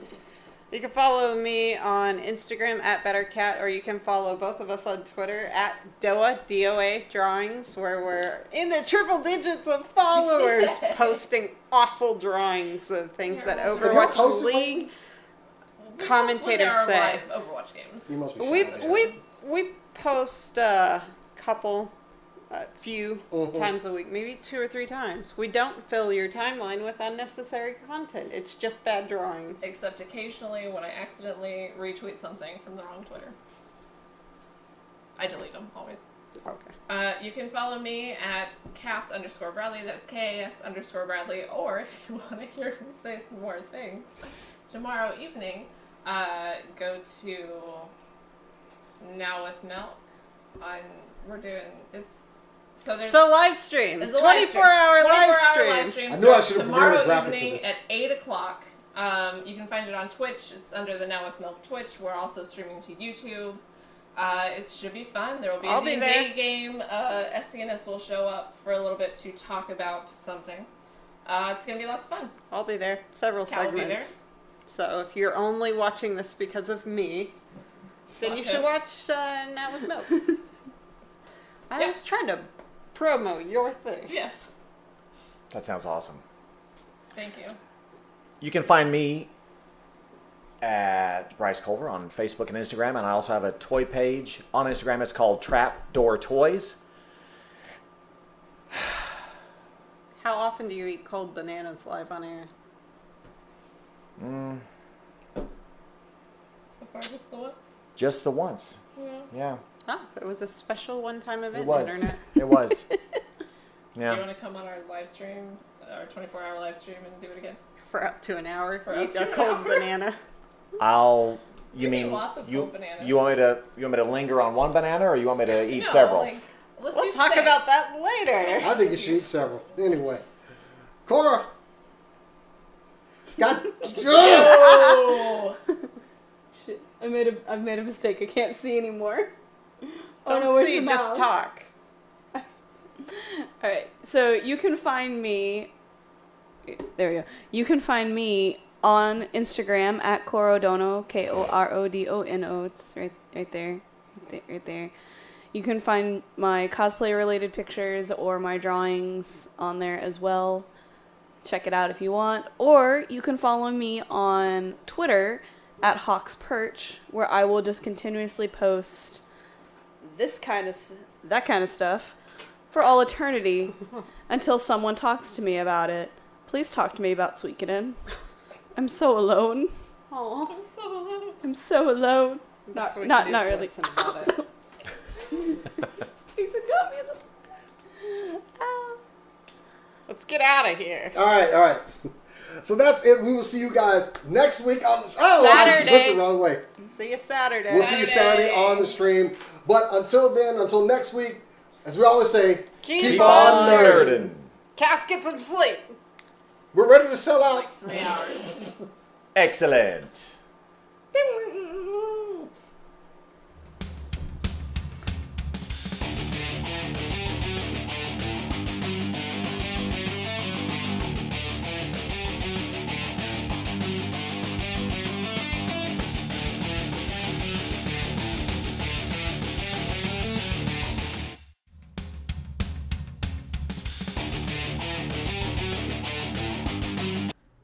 You can follow me on Instagram at BetterCat, or you can follow both of us on Twitter at DOA, DOA Drawings, where we're in the triple digits of followers posting awful drawings of things that
Have y'all
Overwatch
posted
League
lately?
commentators say.
live Overwatch games.
You must be
We
shy.
we we post a couple, a few
Mhm.
times a week, maybe two or three times. We don't fill your timeline with unnecessary content. It's just bad drawings.
Except occasionally when I accidentally retweet something from the wrong Twitter. I delete them always.
Okay.
Uh, you can follow me at Cass underscore Bradley. That's KAS underscore Bradley. Or if you want to hear me say some more things, tomorrow evening, uh, go to Now with Milk. On we're doing it's so there's
It's a live stream.
it's a
24
live stream.
hour
24
live
hour
stream.
live stream.
I knew I
starts
should've prepared a
tomorrow
graphic for
evening
this.
at eight o'clock. Um, you can find it on Twitch. It's under the Now with Milk Twitch. We're also streaming to YouTube. Uh, it should be fun. There will be a
I'll be
D&D
there.
game. Uh, SCNS will show up for a little bit to talk about something. Uh, it's gonna be lots of fun.
I'll be there. Several
Cal will be
segments. So if you're only watching this because of me, then you
Watch
should
us.
watch uh, Now with Milk. I
Yeah.
was trying to promo your thing.
Yes,
That sounds awesome.
thank you.
You can find me at Bryce Culver on Facebook and Instagram, and I also have a toy page on Instagram. It's called Trap Door Toys.
How often do you eat cold bananas live on air?
So far, just the ones.
Just the once. Yeah,
Oh, it was a special one-time event.
it was.
Internet.
It was.
Do you
Yeah.
want to come on our live stream, our 24 hour live stream, and do it again?
For up to an hour,
For up
eat
to
a
an
cold
hour.
banana.
I'll. You
We do
mean
lots of
you?
cold bananas.
You want me to? You want me to linger on one banana, or you want me to eat
No,
several?
like, let's
We'll
do
talk
six.
about that later.
I think you should eat several. Anyway, Cora. God. Ugh.
Oh.
Shit, I made a I made a mistake. I can't see anymore. Oh,
Oh,
Don't
where's
see,
the
just
mouse?
talk.
All right. So you can find me. There we go. You can find me on Instagram at Corodono, K O R O D O N O. It's right, right there, right there, right there. You can find my cosplay related pictures or my drawings on there as well. Check it out if you want, or you can follow me on Twitter at Hawks Perch, where I will just continuously post this kind of s- that kind of stuff for all eternity until someone talks to me about it. Please talk to me about Suikoden. I'm so alone.
Oh,
I'm so alone. Not not not really. Jason got me. in the- Ah.
Let's get out of here.
all right, all right. So that's it. We will see you guys next week on the Oh, I took
Saturday.
the wrong way.
See you Saturday.
We'll see you Saturday on the stream. But until then, until next week, as we always say,
Keep
Keep on nerding.
Cass get some sleep.
We're ready to sell out.
Three hours.
Excellent.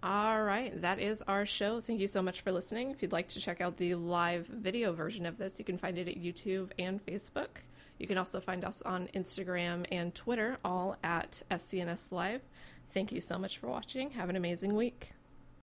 All right, that is our show. Thank you so much for listening. If you'd like to check out the live video version of this, you can find it at YouTube and Facebook.
You can also find us on Instagram and Twitter, all at SCNS Live. Thank you so much for watching. Have an amazing week.